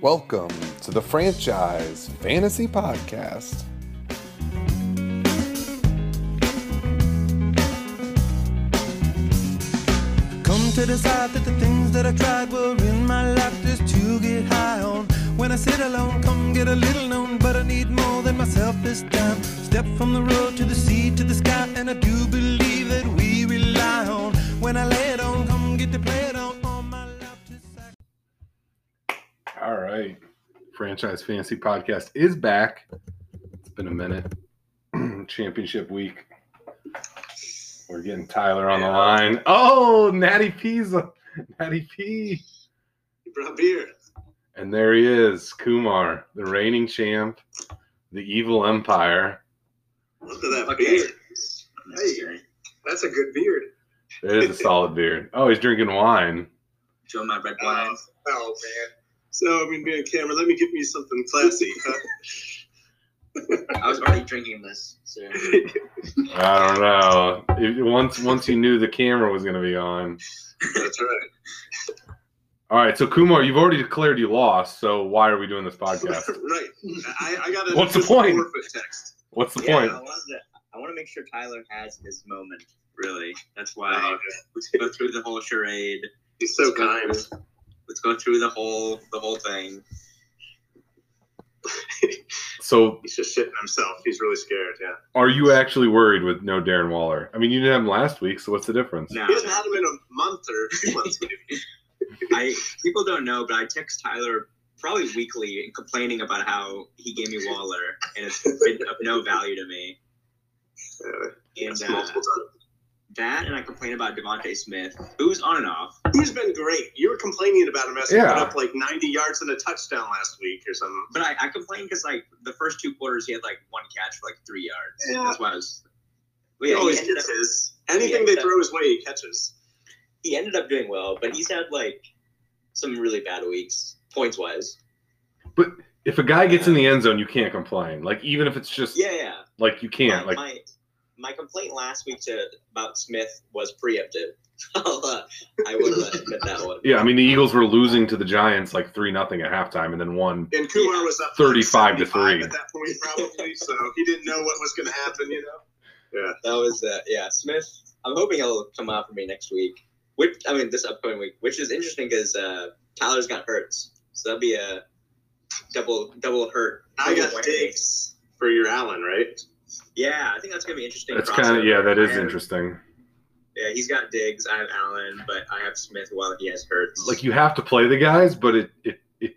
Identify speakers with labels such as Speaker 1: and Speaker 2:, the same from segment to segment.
Speaker 1: Welcome to the Franchise Fantasy Podcast.
Speaker 2: Come to decide that the things that I tried were in my life just to get high on. When I sit alone, come get a little known, but I need more than myself this time. Step from the road to the sea to the sky, and I do believe that we rely on. When I lay it on, come get to play it on. all my life to sac-
Speaker 1: All right. Franchise Fantasy Podcast is back. It's been a minute. Championship week. We're getting Tyler on the
Speaker 3: Yeah.
Speaker 1: line. Oh, Natty P's Natty P.
Speaker 3: You brought beer.
Speaker 1: And there he is, Kumar, the reigning champ, the evil empire.
Speaker 3: Look at that beard. Hey, that's a good beard.
Speaker 1: It is a solid beard. Oh, he's drinking wine.
Speaker 4: Joe my red
Speaker 3: Oh, oh, man. So, I mean, being a camera, let me give me something classy. huh?
Speaker 4: I was already drinking this, so
Speaker 1: I don't know. If- once once you knew the camera was gonna be on.
Speaker 3: that's right.
Speaker 1: All right, so Kumar, you've already declared you lost. So why are we doing this podcast?
Speaker 3: right. I, I got a
Speaker 1: What's the
Speaker 3: just a
Speaker 1: point?
Speaker 3: forfeit text.
Speaker 1: What's the
Speaker 4: yeah,
Speaker 1: point?
Speaker 4: I, wanted to, I want to make sure Tyler has his moment. Really, that's why
Speaker 3: Wow.
Speaker 4: let's go through the whole charade.
Speaker 3: Oh, He's so
Speaker 4: let's go
Speaker 3: kind.
Speaker 4: through- let's go through the whole the whole thing.
Speaker 1: So
Speaker 3: He's just shitting himself. Oh, He's really scared, yeah.
Speaker 1: are you actually worried with no Darren Waller? I mean, you didn't have him last week, so what's the difference?
Speaker 4: No,
Speaker 3: He hasn't had him in a month or two months. maybe.
Speaker 4: I people don't know, but I text Tyler probably weekly complaining about how he gave me Waller, and it's been of no value to me.
Speaker 3: Yeah,
Speaker 4: And
Speaker 3: that's
Speaker 4: uh,
Speaker 3: multiple times.
Speaker 4: that, and I complain about Devonte Smith, who's on and off.
Speaker 3: He's been great. You were complaining about him after he
Speaker 1: Yeah.
Speaker 3: put up like 90 yards and a touchdown last week or something.
Speaker 4: But I, I complained because like the first two quarters he had like one catch for like three yards.
Speaker 3: Yeah. Oh,
Speaker 4: That's why I was. Well,
Speaker 3: He
Speaker 4: yeah, he,
Speaker 3: always
Speaker 4: ended up,
Speaker 3: gets his. Anything
Speaker 4: Yeah,
Speaker 3: they throw his way, he catches.
Speaker 4: he ended up doing well, but he's had like some really bad weeks points wise.
Speaker 1: If a guy gets in the end zone, you can't complain. Like even if it's just
Speaker 4: Yeah, yeah.
Speaker 1: like you can't.
Speaker 4: my,
Speaker 1: Like
Speaker 4: my my complaint last week to about Smith was preemptive. I'll, uh, I would uh, admit that one.
Speaker 1: yeah, I mean the Eagles were losing to the Giants like three nothing at halftime, and then won.
Speaker 3: And Kumar was up
Speaker 1: 35 to
Speaker 3: 75
Speaker 1: three.
Speaker 3: at that point, probably. so he didn't know what was going to happen, you know.
Speaker 4: That was uh, yeah, Smith. I'm hoping he'll come out for me next week. Which I mean, this upcoming week, which is interesting because uh, Tyler's got hurts, so that'll be a double double hurt.
Speaker 3: I
Speaker 4: double
Speaker 3: got
Speaker 4: whammy.
Speaker 3: digs for your Allen, right?
Speaker 4: Yeah, I think that's gonna be interesting.
Speaker 1: That's
Speaker 4: crossover.
Speaker 1: kind of yeah, that is
Speaker 4: I have-
Speaker 1: interesting.
Speaker 4: Yeah, he's got digs. I have Allen, but I have Smith while he has hurts.
Speaker 1: Like you have to play the guys, but it it it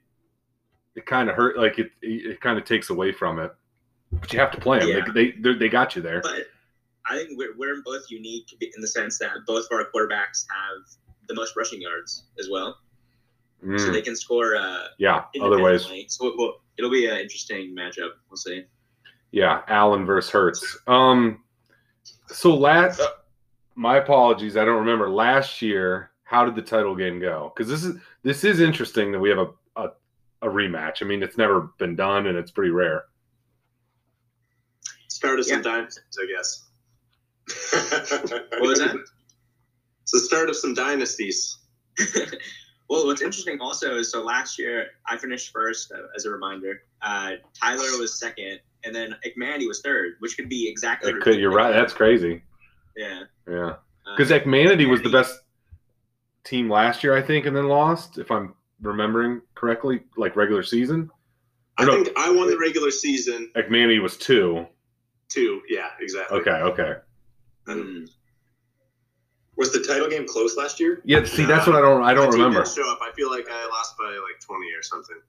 Speaker 1: it kind of hurt. Like it it, it kind of takes away from it. But you have to play them.
Speaker 4: Yeah.
Speaker 1: They, they they're- they got you there.
Speaker 4: but I think we're, we're both unique in the sense that both of our quarterbacks have the most rushing yards as well, so
Speaker 1: Mm,
Speaker 4: they can score. Uh,
Speaker 1: yeah, other ways.
Speaker 4: independently. So it will, it'll be an interesting matchup. We'll see.
Speaker 1: Yeah, Allen versus Hertz. Um, so last,
Speaker 4: Uh,
Speaker 1: my apologies, I don't remember last year. How did the title game go? Because this is this is interesting that we have a, a a rematch. I mean, it's never been done, and it's pretty rare.
Speaker 3: Start us
Speaker 4: Yeah.
Speaker 3: some dynasties, I guess. what
Speaker 4: was that?
Speaker 3: It's the start of some dynasties.
Speaker 4: well, what's interesting also is so last year I finished first, uh, as a reminder. Uh, Tyler was second, and then Ekmandy was third, which could be exactly.
Speaker 1: It could, you're right. That's crazy.
Speaker 4: yeah.
Speaker 1: Yeah,
Speaker 4: Uh,
Speaker 1: because Ekmanity was the best team last year, I think, and then lost. If I'm remembering correctly, like regular season,
Speaker 3: I
Speaker 1: No.
Speaker 3: think I won the regular season
Speaker 1: Ekmanity was two.
Speaker 3: too. Yeah, exactly.
Speaker 1: Okay, okay.
Speaker 4: mm,
Speaker 3: Was the title game close last year?
Speaker 1: Yeah, see, that's what I don't I don't remember.
Speaker 3: Show up. I feel like I lost by like twenty or something.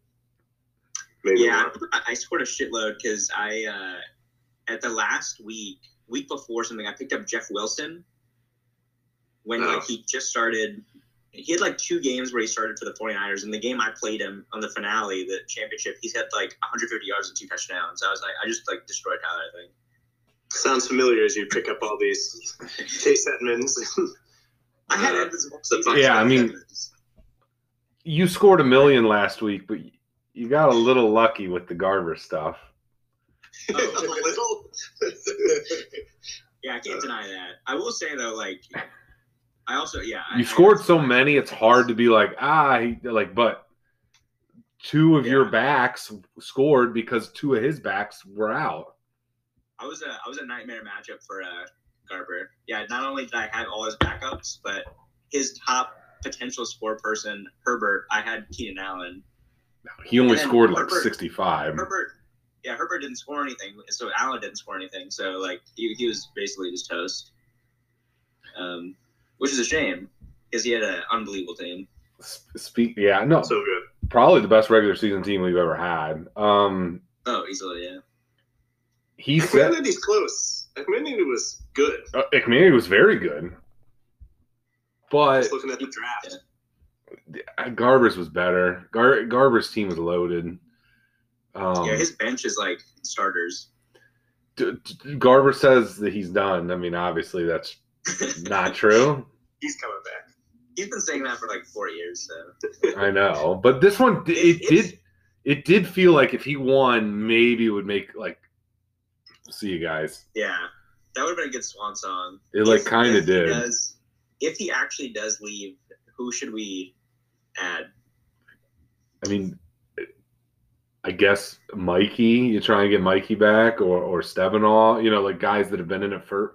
Speaker 3: Maybe
Speaker 4: yeah,
Speaker 3: more.
Speaker 4: I, I scored a shitload because I uh, at the last week, week before something, I picked up Jeff Wilson when
Speaker 3: Oh.
Speaker 4: like he just started. He had like two games where he started for the 49ers, and the game I played him on the finale, the championship, he's had like 150 yards and two touchdowns. I was like, I just like destroyed Tyler. I think.
Speaker 3: Sounds familiar as you pick up all these Chase Edmonds.
Speaker 4: I had
Speaker 3: Uh,
Speaker 4: Edmonds. multiple
Speaker 3: the
Speaker 4: seasons.
Speaker 1: Yeah, I mean- you scored a million last week, but you got a little lucky with the Garver stuff.
Speaker 3: Oh, little.
Speaker 4: yeah, I can't deny that. I will say though, like, I also yeah, I-
Speaker 1: You scored so many, it's hard to be like ah, he, like. But two of your
Speaker 4: Yeah.
Speaker 1: backs scored because two of his backs were out.
Speaker 4: I was a I was a nightmare matchup for uh, Garber. Yeah, not only did I have all his backups, but his top potential score person Herbert, I had Keenan Allen.
Speaker 1: He only
Speaker 4: Oh, And then
Speaker 1: scored like
Speaker 4: Herbert-
Speaker 1: 65.
Speaker 4: Herbert, yeah, Herbert didn't score anything, so Allen didn't score anything. So like he, he was basically just toast, um, which is a shame because he had an unbelievable team.
Speaker 1: S- Speak, yeah, no,
Speaker 5: So good.
Speaker 1: probably the best regular season team we've ever had. Um,
Speaker 4: Oh, easily, yeah.
Speaker 1: he said
Speaker 5: Ekmanandy's close. Ekmanandy was good.
Speaker 1: uh, McNary was very good, but
Speaker 5: Just looking at the draft.
Speaker 1: Garbers was better. Gar- Garbers team was loaded. Um,
Speaker 4: yeah, his bench is like starters.
Speaker 1: D- D- Garber says that he's done. I mean, obviously that's not true.
Speaker 5: He's coming back.
Speaker 4: He's been saying that for like four years. So
Speaker 1: I know, but this one d- it did it did feel like if he won, maybe it would make like. See you guys.
Speaker 4: yeah, that would have been a good swan song.
Speaker 1: It, like,
Speaker 4: If-
Speaker 1: kinda
Speaker 4: if he
Speaker 1: did.
Speaker 4: does- If he actually does leave, who should we add?
Speaker 1: I mean, I guess Mikey. You try and get Mikey back, or or Stevenall. You know, like guys that have been in it for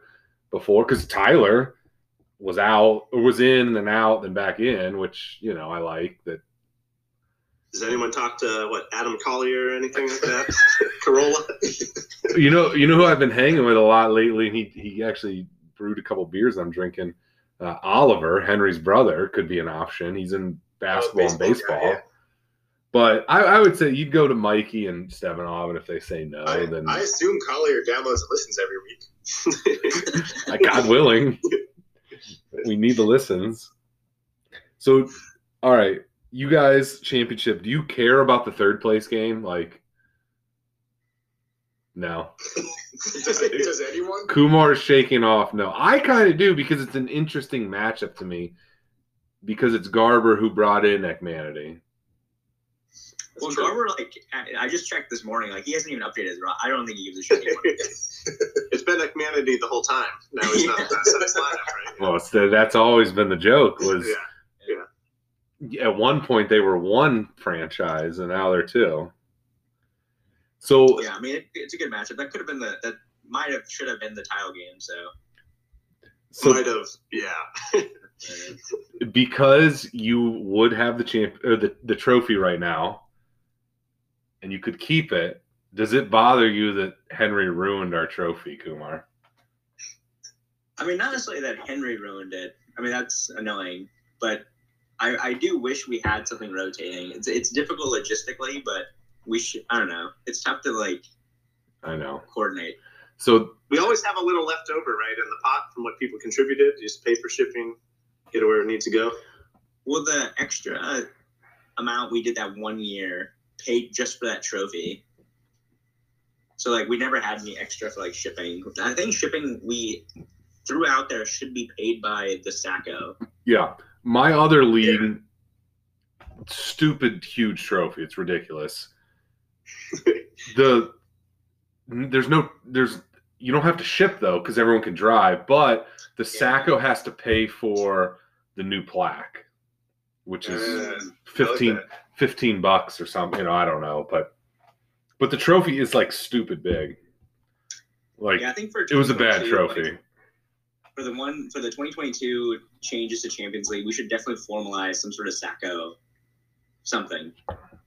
Speaker 1: before. Because Tyler was out, or was in, then out, then back in, which you know I like that.
Speaker 5: Does anyone talk to what Adam Collier or anything like that? Corolla.
Speaker 1: you know, you know who I've been hanging with a lot lately. and He he actually brewed a couple beers I'm drinking. Uh, Oliver Henry's brother could be an option. He's in basketball and
Speaker 5: baseball
Speaker 1: baseball.
Speaker 5: guy, yeah.
Speaker 1: But I, I would say you'd go to Mikey and Stevenov, and if they say no,
Speaker 3: I,
Speaker 1: then
Speaker 3: I assume Collier downloads and listens every week.
Speaker 1: I- God willing, we need the listens. So, all right, you guys, championship. Do you care about the third place game? Like, no.
Speaker 3: Does, does anyone?
Speaker 1: Kumar is shaking off. No, I kind of do because it's an interesting matchup to me because it's Garber who brought in Ekmanity.
Speaker 4: Well,
Speaker 5: true.
Speaker 4: Garber, like I, I just checked this morning, like he hasn't even updated his. ro- I don't think he gives a shit. anymore.
Speaker 5: It's been Ekmanandy the whole time. Now he's not
Speaker 4: Yeah.
Speaker 5: that's his lineup, right?
Speaker 1: Well, it's the, that's always been the joke was
Speaker 5: Yeah.
Speaker 1: at one point they were one franchise and now they're two. So
Speaker 4: yeah, I mean it, it's a good matchup. That could have been the that might have should have been the title game. So
Speaker 1: so
Speaker 5: Might have. Yeah.
Speaker 4: uh,
Speaker 1: because you would have the champ or the, the trophy right now and you could keep it, does it bother you that Henry ruined our trophy, Kumar?
Speaker 4: I mean, not necessarily that Henry ruined it. I mean that's annoying, but I, I do wish we had something rotating. It's it's difficult logistically, but we should. I don't know. It's tough to like
Speaker 1: I know.
Speaker 4: coordinate.
Speaker 1: So
Speaker 5: We always have a little left over, right, in the pot from what people contributed. You just pay for shipping, get it where it needs to go.
Speaker 4: Well, the extra amount we did that one year paid just for that trophy. So like we never had any extra for like shipping. I think shipping we threw out there should be paid by the Sacco.
Speaker 1: Yeah. My other league, stupid huge trophy. It's ridiculous. the there's no there's you don't have to ship though because everyone can drive, but the Sacco has to pay for the new plaque, which is
Speaker 3: Uh,
Speaker 1: 15, 15 bucks or something. You know, I don't know, but but the trophy is like stupid big. Like
Speaker 4: yeah, I think for
Speaker 1: it was a bad
Speaker 4: 2022,
Speaker 1: trophy.
Speaker 4: like, for the one for the 2022 changes to Champions League, we should definitely formalize some sort of Sacco something.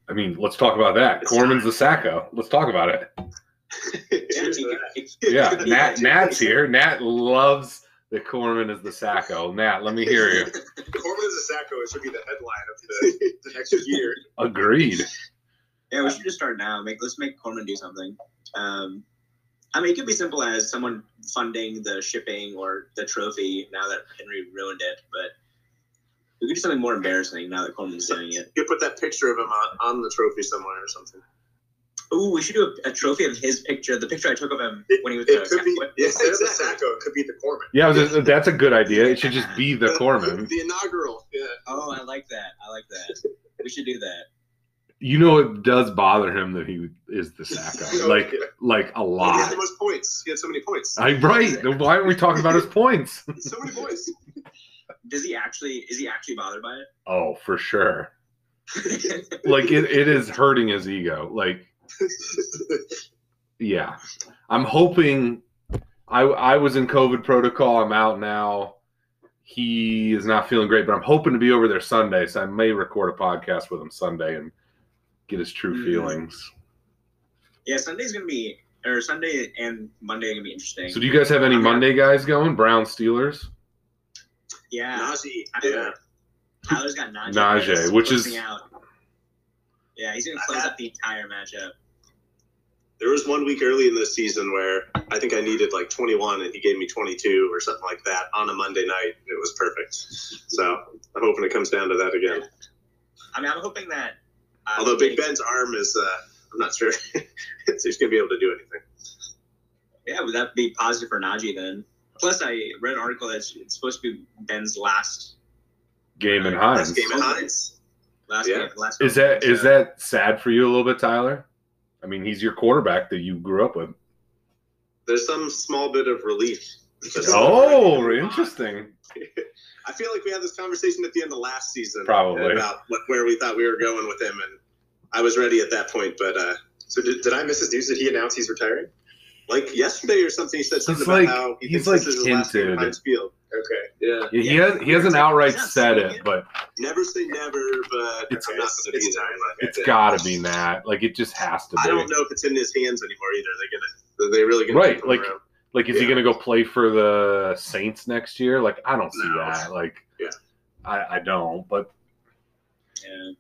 Speaker 1: I mean, let's talk about that.
Speaker 5: It's-
Speaker 1: Corman's the Sacco. Let's talk about it.
Speaker 4: Yeah, I mean, it- it-
Speaker 1: Yeah,
Speaker 4: it could be
Speaker 1: Nat,
Speaker 4: that.
Speaker 1: Nat's here. Nat loves that Corman is the Sacco. Nat, let me hear you.
Speaker 3: Corbin's a sacco. It should be the headline of the, the next year.
Speaker 1: Agreed.
Speaker 4: Yeah, we should just start now. Make let's make Corman do something. Um, I mean, it could be simple as someone funding the shipping or the trophy. Now that Henry ruined it, but we could do something more embarrassing now that Corman's doing it.
Speaker 5: You put that picture of him on, on the trophy somewhere or something.
Speaker 4: Ooh, we should do a, a trophy of his picture, the picture I took of him when he was.
Speaker 3: It
Speaker 4: a
Speaker 3: could be
Speaker 4: Catholic.
Speaker 3: yes, instead of the
Speaker 5: exactly.
Speaker 3: sacco. It could be the Uh, Corbin.
Speaker 1: Yeah, it was just- that's a good idea. It should just be the Corman.
Speaker 5: The inaugural. Yeah.
Speaker 4: Oh, I like that. I like that. We should do that.
Speaker 1: You know, it does bother him that he is the Sacco. Like, like
Speaker 5: He
Speaker 1: a
Speaker 5: had
Speaker 1: lot.
Speaker 5: the most points. He had so many points.
Speaker 1: I right. then Why aren't we talking about his points?
Speaker 5: so many points.
Speaker 4: Does he actually? Is he actually bothered by it?
Speaker 1: Oh, for sure. like it, it is hurting his ego. Like, yeah, I'm hoping. I I was in COVID protocol. I'm out now. He is not feeling great, but I'm hoping to be over there Sunday, so I may record a podcast with him Sunday and get his true
Speaker 4: Mhm.
Speaker 1: feelings.
Speaker 4: yeah, Sunday's gonna be or Sunday and Monday are gonna be interesting.
Speaker 1: So, do you guys have any Monday guys going? Brown Steelers,
Speaker 4: yeah,
Speaker 3: Najee,
Speaker 4: Tyler, Tyler's got Najee.
Speaker 1: Najee,
Speaker 4: Harris
Speaker 1: which is-
Speaker 4: closing out. Yeah, he's gonna close out the entire matchup.
Speaker 3: There was one week early in this season where I think I needed like 21 and he gave me 22 or something like that on a Monday night. It was perfect. So I'm hoping it comes down to that again.
Speaker 4: I mean, I'm hoping that. Uh,
Speaker 3: Although Big Ben's arm is, uh, I'm not sure if he's going to be able to do anything.
Speaker 4: Yeah, would that be positive for Najee then? Plus, I read an article that it's supposed to be Ben's last
Speaker 1: game in
Speaker 3: Last
Speaker 1: Hines.
Speaker 3: game in
Speaker 4: Hines. Last
Speaker 3: Yeah.
Speaker 4: game, last
Speaker 1: Is that
Speaker 4: conference,
Speaker 1: is
Speaker 4: so-
Speaker 1: that sad for you a little bit, Tyler? I mean, he's your quarterback that you grew up with.
Speaker 3: There's some small bit of relief.
Speaker 1: Oh, interesting.
Speaker 3: I feel like we had this conversation at the end of last season.
Speaker 1: Probably.
Speaker 3: About what, where we thought we were going with him. And I was ready at that point. But uh,
Speaker 5: So did, did I miss his news that he announced he's retiring?
Speaker 3: like yesterday or something, he said
Speaker 1: He's
Speaker 3: something
Speaker 1: like-
Speaker 3: about how he
Speaker 1: he's
Speaker 3: thinks
Speaker 1: like
Speaker 3: this is his last game at
Speaker 1: hinted.
Speaker 3: Heinz Field.
Speaker 5: Okay.
Speaker 3: Yeah.
Speaker 1: Yeah, he has, he hasn't outright said it, but
Speaker 3: Never say never, but
Speaker 1: It's-
Speaker 3: I'm not going to be
Speaker 5: it's
Speaker 3: there.
Speaker 5: time.
Speaker 1: it's gotta be Nat. Like it just has to
Speaker 3: I don't
Speaker 1: be.
Speaker 3: know if it's in his hands anymore either. They're gonna, are they really gonna
Speaker 1: Right,
Speaker 3: keep him
Speaker 1: like-
Speaker 3: around?
Speaker 1: Like, is he
Speaker 3: Yeah.
Speaker 1: gonna go play for the Saints next year? Like, I don't see
Speaker 3: No.
Speaker 1: that. Like,
Speaker 3: Yeah.
Speaker 1: I, I don't. But
Speaker 4: Yeah.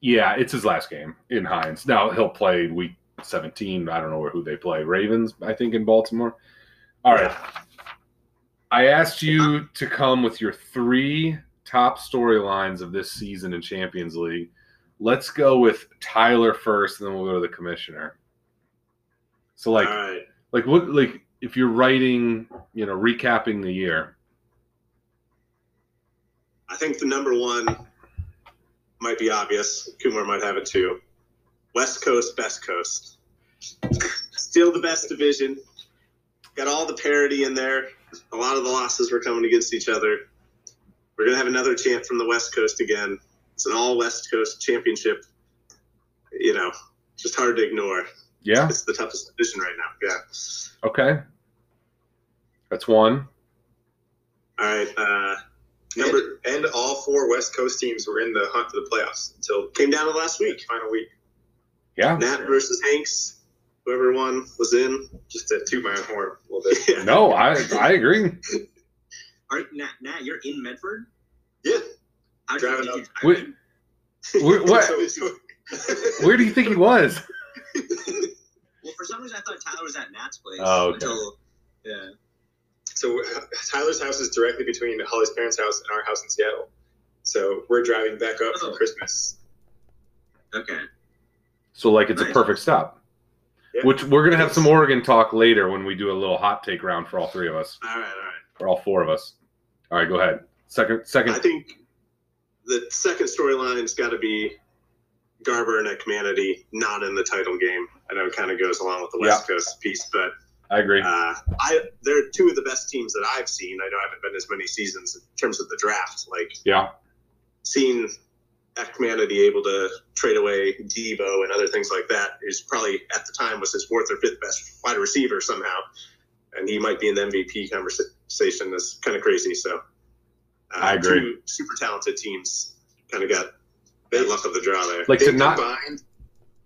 Speaker 1: yeah, it's his last game in Hines. Now he'll play week 17. I don't know who they play. Ravens, I think, in Baltimore. All right. I asked you to come with your three top storylines of this season in Champions League. Let's go with Tyler first, and then we'll go to the commissioner. So, like,
Speaker 3: all right.
Speaker 1: like what, like if you're writing, you know, recapping the year.
Speaker 3: I think the number one might be obvious. Kumar might have it too. West Coast, best coast. Still the best division. Got all the parity in there. A lot of the losses were coming against each other. We're gonna have another chant from the West Coast again. It's an all West Coast championship. You know, just hard to ignore.
Speaker 1: Yeah.
Speaker 3: It's the toughest division right now. Yeah.
Speaker 1: Okay. That's one.
Speaker 3: All right. Uh, number
Speaker 5: Number and all four West Coast teams were in the hunt for the playoffs until
Speaker 3: came down to last week.
Speaker 5: final week.
Speaker 1: Yeah.
Speaker 3: Nat versus Hanks. Whoever won was in.
Speaker 5: Just to toot my own horn a little bit.
Speaker 3: Yeah.
Speaker 1: No, I I agree.
Speaker 4: Are Nat, Nat, you're in Medford?
Speaker 5: Yeah.
Speaker 4: How did
Speaker 5: Driving
Speaker 4: you get
Speaker 1: Wait,
Speaker 4: your
Speaker 1: Where,
Speaker 4: time?
Speaker 1: what?
Speaker 5: So-
Speaker 1: Where do you think he was?
Speaker 4: Well, for some reason, I thought Tyler was at Nat's place.
Speaker 1: Oh, okay.
Speaker 4: Until, yeah.
Speaker 5: So uh, Tyler's house is directly between Holly's parents' house and our house in Seattle. So we're driving back up
Speaker 4: Oh.
Speaker 5: for Christmas.
Speaker 4: Okay.
Speaker 1: So like it's a
Speaker 4: Nice.
Speaker 1: perfect stop.
Speaker 5: Yeah.
Speaker 1: Which we're gonna have some Oregon talk later when we do a little hot take round for all three of us
Speaker 3: All right, all right.
Speaker 1: or all four of us. All right, go ahead. Second,
Speaker 3: I
Speaker 1: second.
Speaker 3: think the second storyline's got to be Garber and Ekmanity not in the title game. I know it kind of goes along with the West Coast piece, but
Speaker 1: I agree.
Speaker 3: uh, I they're two of the best teams that I've seen. I know I haven't been as many seasons in terms of the draft. Like
Speaker 1: Yeah.
Speaker 3: seeing Ekmanity able to trade away Debo and other things like that is probably at the time was his fourth or fifth best wide receiver somehow, and he might be in the MVP conversation. That's kind of crazy. So uh,
Speaker 1: I agree.
Speaker 3: Two super talented teams kind of got bad luck of the draw there.
Speaker 1: Like to
Speaker 5: they
Speaker 1: not
Speaker 5: combined,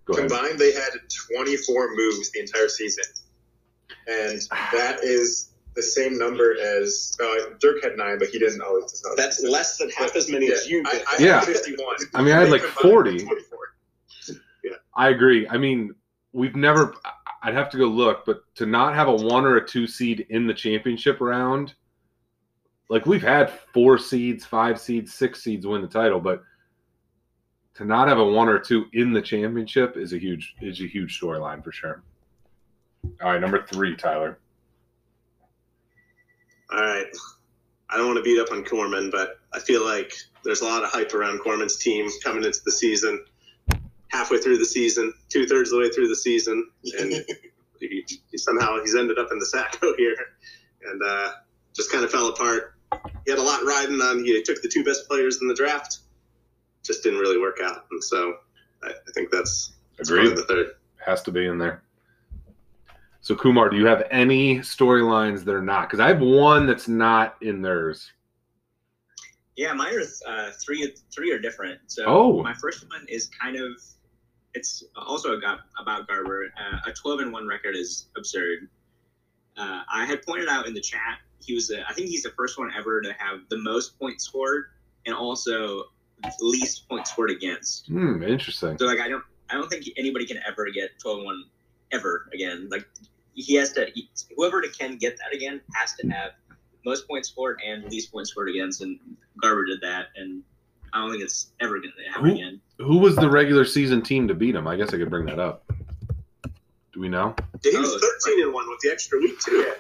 Speaker 1: go ahead.
Speaker 5: combined, they had 24 moves the entire season, and that is the same number as uh, Dirk had nine, but he didn't always. Does not
Speaker 3: That's less than half as many as you.
Speaker 5: I,
Speaker 3: did.
Speaker 5: I
Speaker 1: Yeah.
Speaker 5: had 51.
Speaker 1: I mean, I had
Speaker 5: They
Speaker 1: like
Speaker 5: combined
Speaker 1: 40.
Speaker 5: 24.
Speaker 1: I agree. I mean, we've never. I- I'd have to go look, but to not have a one or a two seed in the championship round, like we've had four seeds, five seeds, six seeds win the title, but to not have a one or two in the championship is a huge is a huge storyline for sure. All right, number three, Tyler.
Speaker 3: All right. I don't want to beat up on Corman, but I feel like there's a lot of hype around Corman's team coming into the season. Halfway through the season, two thirds of the way through the season, and he, he somehow he's ended up in the sacco here, and uh, just kind of fell apart. He had a lot riding on. He took the two best players in the draft, just didn't really work out. And so I, I think that's, that's
Speaker 1: Agreed.
Speaker 3: probably the third.
Speaker 1: has to be in there. So Kumar, do you have any storylines that are not? Because I have one that's not in theirs.
Speaker 4: Yeah, mine are uh, three. Three are different. So
Speaker 1: Oh.
Speaker 4: my first one is kind of. It's also got about Garber. Uh, a twelve and one record is absurd. Uh, I had pointed out in the chat he was. A, I think he's the first one ever to have the most points scored and also least points scored against.
Speaker 1: Hmm, interesting.
Speaker 4: So like I don't. I don't think anybody can ever get twelve and one ever again. Like he has to. He, whoever can get that again has to have most points scored and least points scored against. And Garber did that, and I don't think it's ever going to happen
Speaker 1: Who-
Speaker 4: again.
Speaker 1: Who was the regular season team to beat him? I guess I could bring that up. Do we know?
Speaker 3: He was
Speaker 4: Oh,
Speaker 3: 13 and 1 with the extra week, too.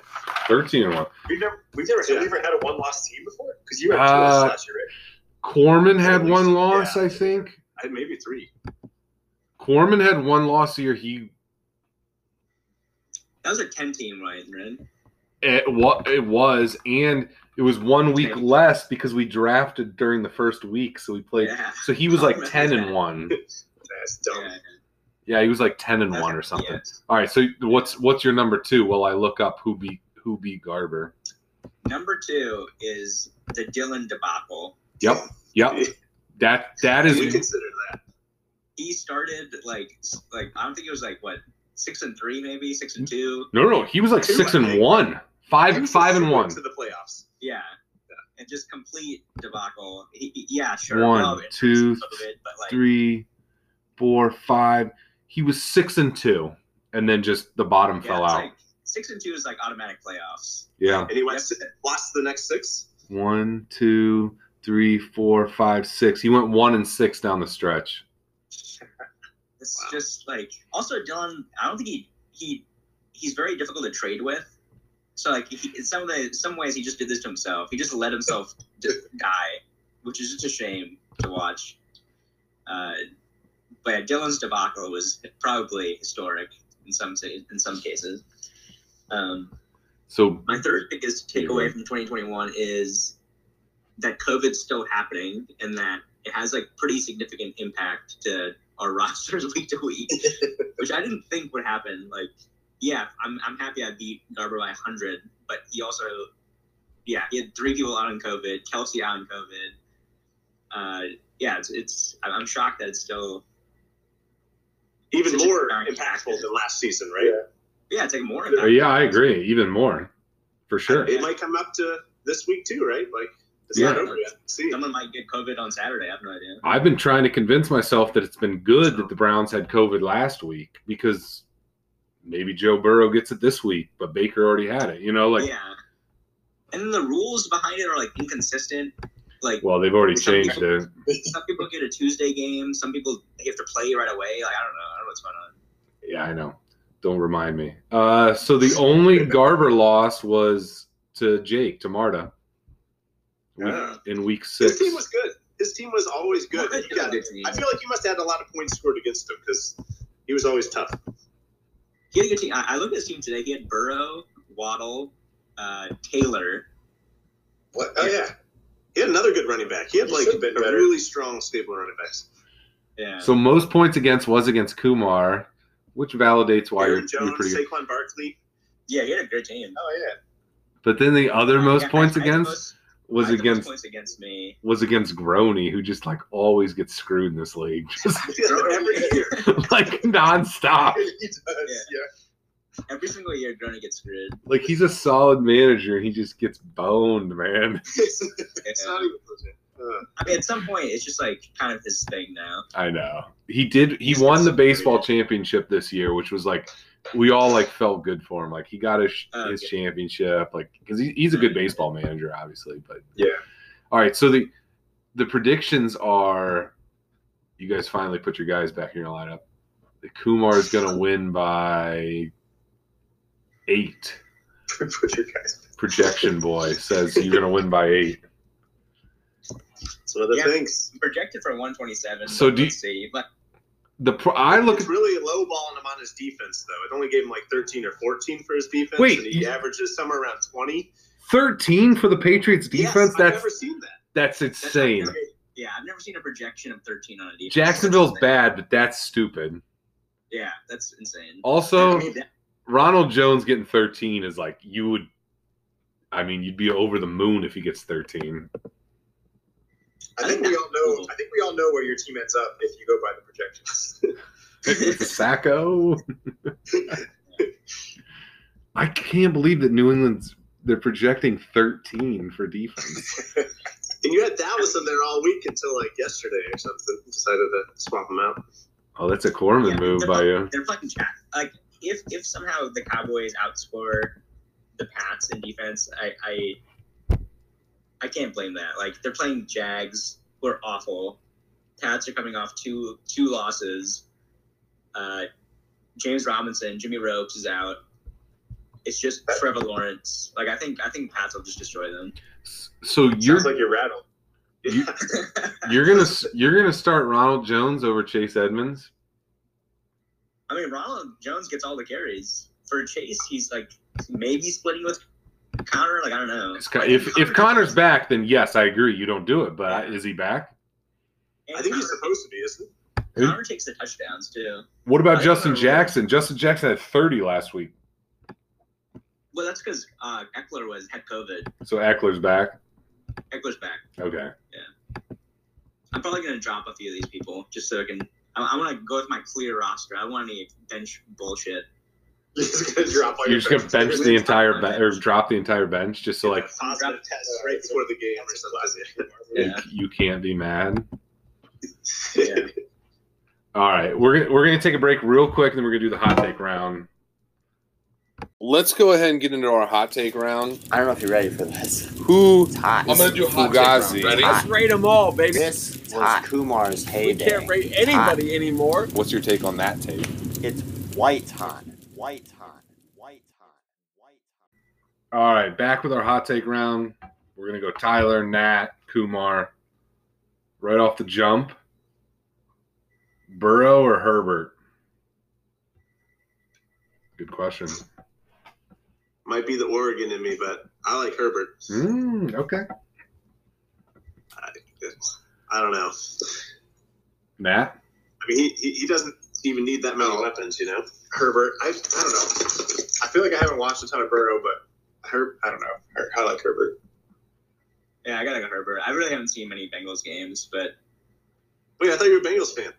Speaker 1: Thirteen and one.
Speaker 5: We've never, we've never,
Speaker 3: Yeah.
Speaker 5: have you ever had a one loss team before? Because you had two
Speaker 1: Uh,
Speaker 5: losses last year, right?
Speaker 1: Corman had
Speaker 3: least-
Speaker 1: one loss,
Speaker 3: yeah.
Speaker 1: I think.
Speaker 3: I had maybe three.
Speaker 1: Corman had one loss a year. He
Speaker 4: That was a ten team line, right?
Speaker 1: it, wa- it was, and it was one week less because we drafted during the first week, so we played.
Speaker 4: yeah.
Speaker 1: So he was like
Speaker 4: Corman
Speaker 1: ten
Speaker 4: was
Speaker 1: and
Speaker 4: bad.
Speaker 1: one.
Speaker 3: That's dumb.
Speaker 4: Yeah.
Speaker 1: Yeah, he was like ten and one or something. All right, so what's what's your number two? While I look up who beat who beat Garber.
Speaker 4: Number two is the Dylan debacle.
Speaker 1: Yep, yep. That that
Speaker 3: we
Speaker 1: is
Speaker 3: consider that.
Speaker 4: He started like s- like I don't think it was like what six and three maybe six
Speaker 1: Mm.
Speaker 4: and two.
Speaker 1: no, no. He was like
Speaker 3: Two,
Speaker 1: six
Speaker 3: I
Speaker 1: and
Speaker 3: think.
Speaker 1: one,
Speaker 3: Texas
Speaker 1: five five and
Speaker 3: went
Speaker 1: one.
Speaker 3: To the playoffs.
Speaker 4: Yeah. And just complete debacle. He, he- yeah, sure.
Speaker 1: One,
Speaker 4: well, it was
Speaker 1: two,
Speaker 4: a little bit, but like,
Speaker 1: Three, four, five. He was six and two, and then just the bottom
Speaker 4: yeah,
Speaker 1: fell
Speaker 4: it's
Speaker 1: out.
Speaker 4: like six and two is like automatic playoffs.
Speaker 1: yeah,
Speaker 3: And he went,
Speaker 4: Yep.
Speaker 3: si- lost the next six.
Speaker 1: one, two, three, four, five, six. He went one and six down the stretch.
Speaker 4: It's
Speaker 3: Wow.
Speaker 4: just like also Dylan. I don't think he he he's very difficult to trade with. So like he, in some way, some ways he just did this to himself. He just let himself just die, which is just a shame to watch. Uh, but yeah, Dylan's debacle was probably historic in some sa- in some cases. Um,
Speaker 1: So
Speaker 4: my third biggest
Speaker 3: Mm-hmm.
Speaker 4: takeaway from 2021 is that COVID's still happening and that it has like pretty significant impact to our rosters week to week, which I didn't think would happen. Like, yeah, I'm, I'm happy I beat Garber by 100, but he also, yeah, he had three people out on COVID, Kelsey out on COVID. Uh, yeah, it's, it's I'm- I'm shocked that it's still,
Speaker 3: Even
Speaker 4: Such a
Speaker 3: more
Speaker 4: darn
Speaker 3: impactful
Speaker 4: practice.
Speaker 3: than last season, right?
Speaker 4: yeah, it's like more.
Speaker 1: uh, yeah, I agree. Even more, for sure.
Speaker 3: It might come up to this week, too, right? Like, it's not
Speaker 1: Yeah.
Speaker 3: over yet. See,
Speaker 4: Someone might get COVID on Saturday. I have no idea.
Speaker 1: I've been trying to convince myself that it's been good that the Browns had COVID last week because maybe Joe Burrow gets it this week, but Baker already had it. You know, like
Speaker 4: yeah. And then the rules behind it are like inconsistent. Like
Speaker 1: well, they've already changed it.
Speaker 4: some people get a Tuesday game, some people they have to play right away. Like I don't know, I don't know what's going on.
Speaker 1: Yeah, I know. Don't remind me. Uh, so the only Garber loss was to Jake to Marta
Speaker 3: Yeah.
Speaker 1: in week
Speaker 3: his
Speaker 1: six.
Speaker 3: team was good. His team was always good.
Speaker 4: Marta
Speaker 3: He got-
Speaker 4: did it.
Speaker 3: I feel like he must have had a lot of points scored against him because he was always tough.
Speaker 4: He had a good team. I, I looked at his team today. He had Burrow, Waddle, uh, Taylor.
Speaker 5: What?
Speaker 3: Oh yeah, he had another good running back. He had
Speaker 5: He
Speaker 3: like
Speaker 5: should've been
Speaker 3: a
Speaker 5: better.
Speaker 3: really strong stable running backs.
Speaker 4: Yeah.
Speaker 1: So most points against was against Kumar, which validates why you're,
Speaker 3: Aaron
Speaker 1: you're
Speaker 3: Jones,
Speaker 1: pretty good.
Speaker 3: Saquon Barkley.
Speaker 4: yeah, he had a great team.
Speaker 5: Oh, yeah.
Speaker 1: But then the other most
Speaker 4: Yeah, I-
Speaker 1: points
Speaker 4: I had the
Speaker 1: against
Speaker 4: most- I
Speaker 1: was
Speaker 4: had the most
Speaker 1: against
Speaker 4: points against me.
Speaker 1: was against Grony, who just like always gets screwed in this league, just
Speaker 3: Every year.
Speaker 1: like nonstop.
Speaker 5: he does.
Speaker 4: Yeah.
Speaker 5: Yeah.
Speaker 4: Every single year, Grony gets screwed.
Speaker 1: Like he's a solid manager, he just gets boned, man.
Speaker 3: It's
Speaker 4: Yeah.
Speaker 3: not even legit. Uh,
Speaker 4: I mean, at some point, it's just like kind of his thing now.
Speaker 1: I know. He did. He
Speaker 4: He's
Speaker 1: won the
Speaker 4: considered-
Speaker 1: baseball championship this year, which was like we all like felt good for him. Like he got his
Speaker 4: Oh,
Speaker 1: his
Speaker 4: okay.
Speaker 1: championship, like because he, he's a good baseball manager, obviously. But
Speaker 3: Yeah.
Speaker 1: All right. So the the predictions are, you guys finally put your guys back in your lineup. The Kumar is going to win by eight.
Speaker 3: put your Uh, guys.
Speaker 1: Projection boy says you're going to win by eight.
Speaker 3: It's one of the
Speaker 4: Yeah.
Speaker 3: things.
Speaker 4: Projected for 127.
Speaker 1: So
Speaker 4: but
Speaker 1: do you-
Speaker 4: let's see. But
Speaker 1: The pro- I look
Speaker 3: It's
Speaker 1: at
Speaker 3: really lowballing him on his defense, though. It only gave him like 13 or 14 for his defense,
Speaker 1: Wait,
Speaker 3: and he
Speaker 1: you-
Speaker 3: averages somewhere around 20.
Speaker 1: thirteen for the Patriots
Speaker 3: Yes,
Speaker 1: defense.
Speaker 3: I've
Speaker 1: that's
Speaker 3: never seen that.
Speaker 1: that's
Speaker 4: that's not
Speaker 1: insane.
Speaker 4: good. Yeah, I've never seen a projection of 13 on a defense.
Speaker 1: Jacksonville's bad, but that's stupid.
Speaker 4: Yeah, that's insane.
Speaker 1: Also,
Speaker 4: I mean, that-
Speaker 1: Ronald Jones getting 13 is like you would. I mean, you'd be over the moon if he gets 13.
Speaker 5: I think we all know. I think we all know where your team ends up if you go by the projections.
Speaker 1: Sacco. I can't believe that New England's they're projecting 13 for defense.
Speaker 3: And you had Dallas in there all week until like yesterday or something. Decided to swap them out.
Speaker 1: Oh, that's a Corman
Speaker 4: Yeah,
Speaker 1: move
Speaker 4: they're
Speaker 1: by
Speaker 4: fucking-
Speaker 1: you.
Speaker 4: They're fucking jacked. Like if if somehow the Cowboys outscore the Pats in defense, I I, I can't blame that. Like they're playing Jags, who are awful. Pats are coming off two two losses. Uh, James Robinson, Jimmy Ropes is out. It's just Trevor Lawrence. Like I think I think Pats will just destroy them.
Speaker 1: S- So you're
Speaker 5: Sounds like you're rattled.
Speaker 1: You- you're gonna s- you're gonna start Ronald Jones over Chase Edmonds.
Speaker 4: I mean, Ronald Jones gets all the carries. For Chase, he's like maybe splitting with Connor. Like I don't know.
Speaker 1: It's, Con- if if Connor's back, then yes, I agree. You don't do it, but I- is he back?
Speaker 4: And
Speaker 3: I think he's
Speaker 4: Connor-
Speaker 3: supposed to be, isn't he?
Speaker 1: Who-
Speaker 4: Connor takes the touchdowns too.
Speaker 1: What about
Speaker 4: I-
Speaker 1: Justin Jackson? Justin Jackson had 30 last week,
Speaker 4: Well, that's because uh, Eckler was had COVID.
Speaker 1: so Eckler's back.
Speaker 4: Eckler's back.
Speaker 1: Okay,
Speaker 6: Oh,
Speaker 4: I'm probably gonna drop a few of these people just so I can. I, I want to go with my clear roster. I don't want any bench bullshit.
Speaker 3: You're just gonna drop all
Speaker 1: you're
Speaker 3: your
Speaker 1: just gonna
Speaker 3: bench.
Speaker 1: bench the entire be- or drop the entire bench just so like
Speaker 3: positive test right before the game or something.
Speaker 1: you,
Speaker 4: Yeah.
Speaker 1: you can't be mad.
Speaker 4: Yeah.
Speaker 1: All right, we're gonna, we're gonna take a break real quick, then we're gonna do the hot take round.
Speaker 6: Let's go ahead and get into our hot take round.
Speaker 7: I don't know if you're ready for this.
Speaker 6: Who
Speaker 7: It's hot.
Speaker 6: I'm gonna do hot take round.
Speaker 1: Fugazi.
Speaker 6: Ready?
Speaker 8: Let's rate them all, baby.
Speaker 7: This was
Speaker 8: hot.
Speaker 7: Kumar's
Speaker 8: we
Speaker 7: heyday.
Speaker 8: can't rate anybody anymore.
Speaker 6: What's your take on that take?
Speaker 7: It's white hot. White hot. White hot. White hot.
Speaker 1: All right, back with our hot take round. We're gonna go Tyler, Nat, Kumar. Right off the jump, Burrow or Herbert? Good question.
Speaker 3: Might be the Oregon in me, but I like Herbert.
Speaker 1: Mm, okay,
Speaker 3: I don't know.
Speaker 1: Nat.
Speaker 3: I mean, he, he, he doesn't even need that many weapons, you know.
Speaker 5: Herbert. I, I don't know. I feel like I haven't watched a ton of Burrow, but Her, I don't know. Her, I like Herbert.
Speaker 4: Yeah, I gotta go Herbert. I really haven't seen many Bengals games, but
Speaker 3: Wait, I thought you were a Bengals fan.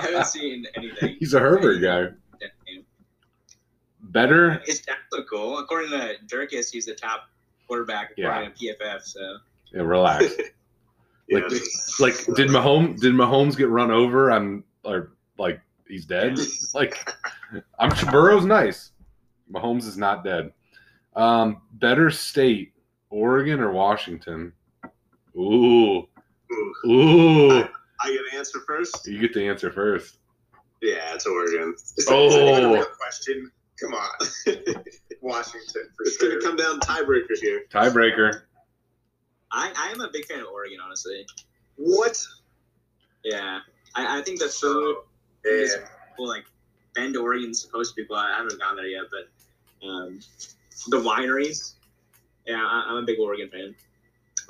Speaker 4: haven't seen anything.
Speaker 1: He's a Herbert guy.
Speaker 4: that game.
Speaker 1: Better.
Speaker 4: His stats look cool. According to Durkis, he's the top quarterback according to PFF. So
Speaker 1: Yeah, relax.
Speaker 3: Yeah.
Speaker 1: Like- Like, did Mahomes? Did Mahomes get run over? I'm or like he's dead. Like, I'm sure Burrow's nice. Mahomes is not dead. Um, better state, Oregon or Washington? Ooh,
Speaker 3: Ooh,
Speaker 1: ooh.
Speaker 3: I get an answer first.
Speaker 1: You get the answer first.
Speaker 3: Yeah, it's Oregon.
Speaker 5: Is that- is that even a
Speaker 1: Oh.
Speaker 5: real question? Come on, Washington for
Speaker 3: It's
Speaker 5: sure.
Speaker 3: gonna come down tiebreakers here.
Speaker 1: Tiebreaker.
Speaker 4: I, I am a big fan of Oregon, honestly.
Speaker 3: What?
Speaker 4: Yeah, I, I think the food
Speaker 5: yeah.
Speaker 4: well, like Bend, Oregon's supposed to be. Well, I haven't gone there yet, but um, the wineries. Yeah, I, I'm a big Oregon fan.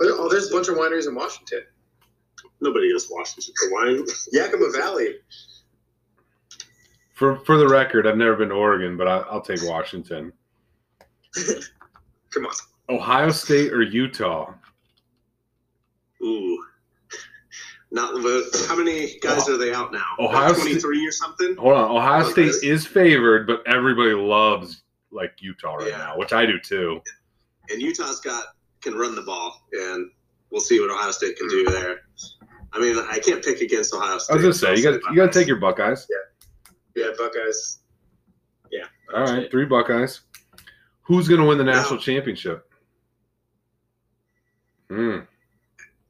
Speaker 5: Oh, there's a bunch of wineries in Washington.
Speaker 3: Nobody goes Washington for wine.
Speaker 5: Yakima Valley.
Speaker 1: For for the record, I've never been to Oregon, but I, I'll take Washington.
Speaker 5: Come on.
Speaker 1: Ohio State or Utah?
Speaker 3: Ooh. Not the- how many guys are they out now?
Speaker 1: Oh, Ohio State-
Speaker 3: twenty three or something.
Speaker 1: Hold on. Ohio State is favored, but everybody loves like Utah right
Speaker 3: Yeah.
Speaker 1: now, which I do too.
Speaker 3: And Utah's got can run the ball, and we'll see what Ohio State can
Speaker 5: Hmm.
Speaker 3: do there. I mean, I can't pick against Ohio State.
Speaker 1: I was gonna say you got you got to take your Buckeyes.
Speaker 5: Yeah, Buckeyes.
Speaker 1: All right, three Buckeyes. Who's gonna win the national championship? Hmm.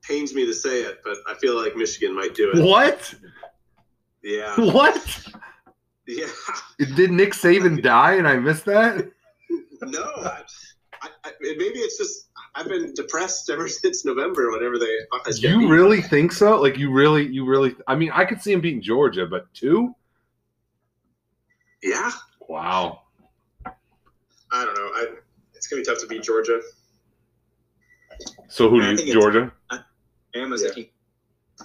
Speaker 3: pains me to say it, but I feel like Michigan might do it.
Speaker 1: What?
Speaker 3: Yeah,
Speaker 1: What?
Speaker 3: yeah.
Speaker 1: Did Nick Saban die and I missed that?
Speaker 3: No, I, I, I, maybe it's just I've been depressed ever since November. Whenever they, uh, Buckeyes got
Speaker 1: You
Speaker 3: beat.
Speaker 1: really think so? Like you really, you really? I mean, I could see him beating Georgia, but two?
Speaker 3: yeah.
Speaker 1: Wow.
Speaker 5: I don't know. I, it's gonna be tough to beat Georgia.
Speaker 1: So who do
Speaker 4: I
Speaker 1: you
Speaker 4: think it's-
Speaker 1: Georgia?
Speaker 4: Bama's
Speaker 3: Yeah.
Speaker 4: a team.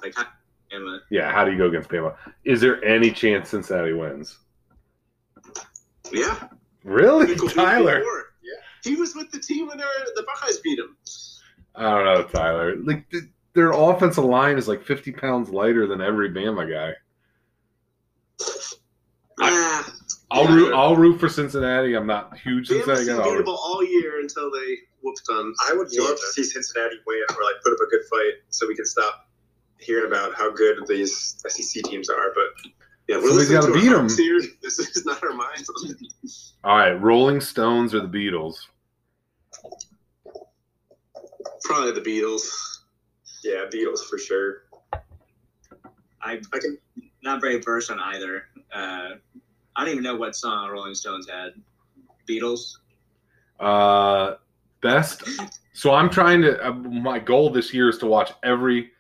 Speaker 4: Like, how- Bama.
Speaker 1: Yeah, how do you go against Bama? Is there any chance Cincinnati wins?
Speaker 3: Yeah.
Speaker 1: Really,
Speaker 3: Michael Vick
Speaker 1: Tyler?
Speaker 3: before. Yeah. He was with the team when they were, the Buckeyes beat him.
Speaker 1: I don't know, Tyler. Like th- their offensive line is like fifty pounds lighter than every Bama guy.
Speaker 3: Ah,
Speaker 1: I'll
Speaker 3: Yeah.
Speaker 1: root. I'll root for Cincinnati. I'm not huge Cincinnati
Speaker 3: Bama's
Speaker 1: guy.
Speaker 3: been
Speaker 1: I'll root-
Speaker 3: beatable all year until they whooped on.
Speaker 5: I would love to see Cincinnati win or like put up a good fight so we can stop hearing about how good these SEC teams are. But
Speaker 3: Yeah, we're
Speaker 1: Somebody's
Speaker 3: listening
Speaker 1: gotta
Speaker 3: to
Speaker 1: beat
Speaker 3: our
Speaker 1: 'em.
Speaker 3: hearts Here. This is not our minds.
Speaker 1: All right, Rolling Stones or the Beatles?
Speaker 3: Probably the Beatles.
Speaker 5: yeah, Beatles for sure.
Speaker 4: I'm
Speaker 5: I can
Speaker 4: not very versed on either. Uh, I don't even know what song Rolling Stones had. Beatles.
Speaker 1: Uh, best. So I'm trying to. Uh, my goal this year is to watch every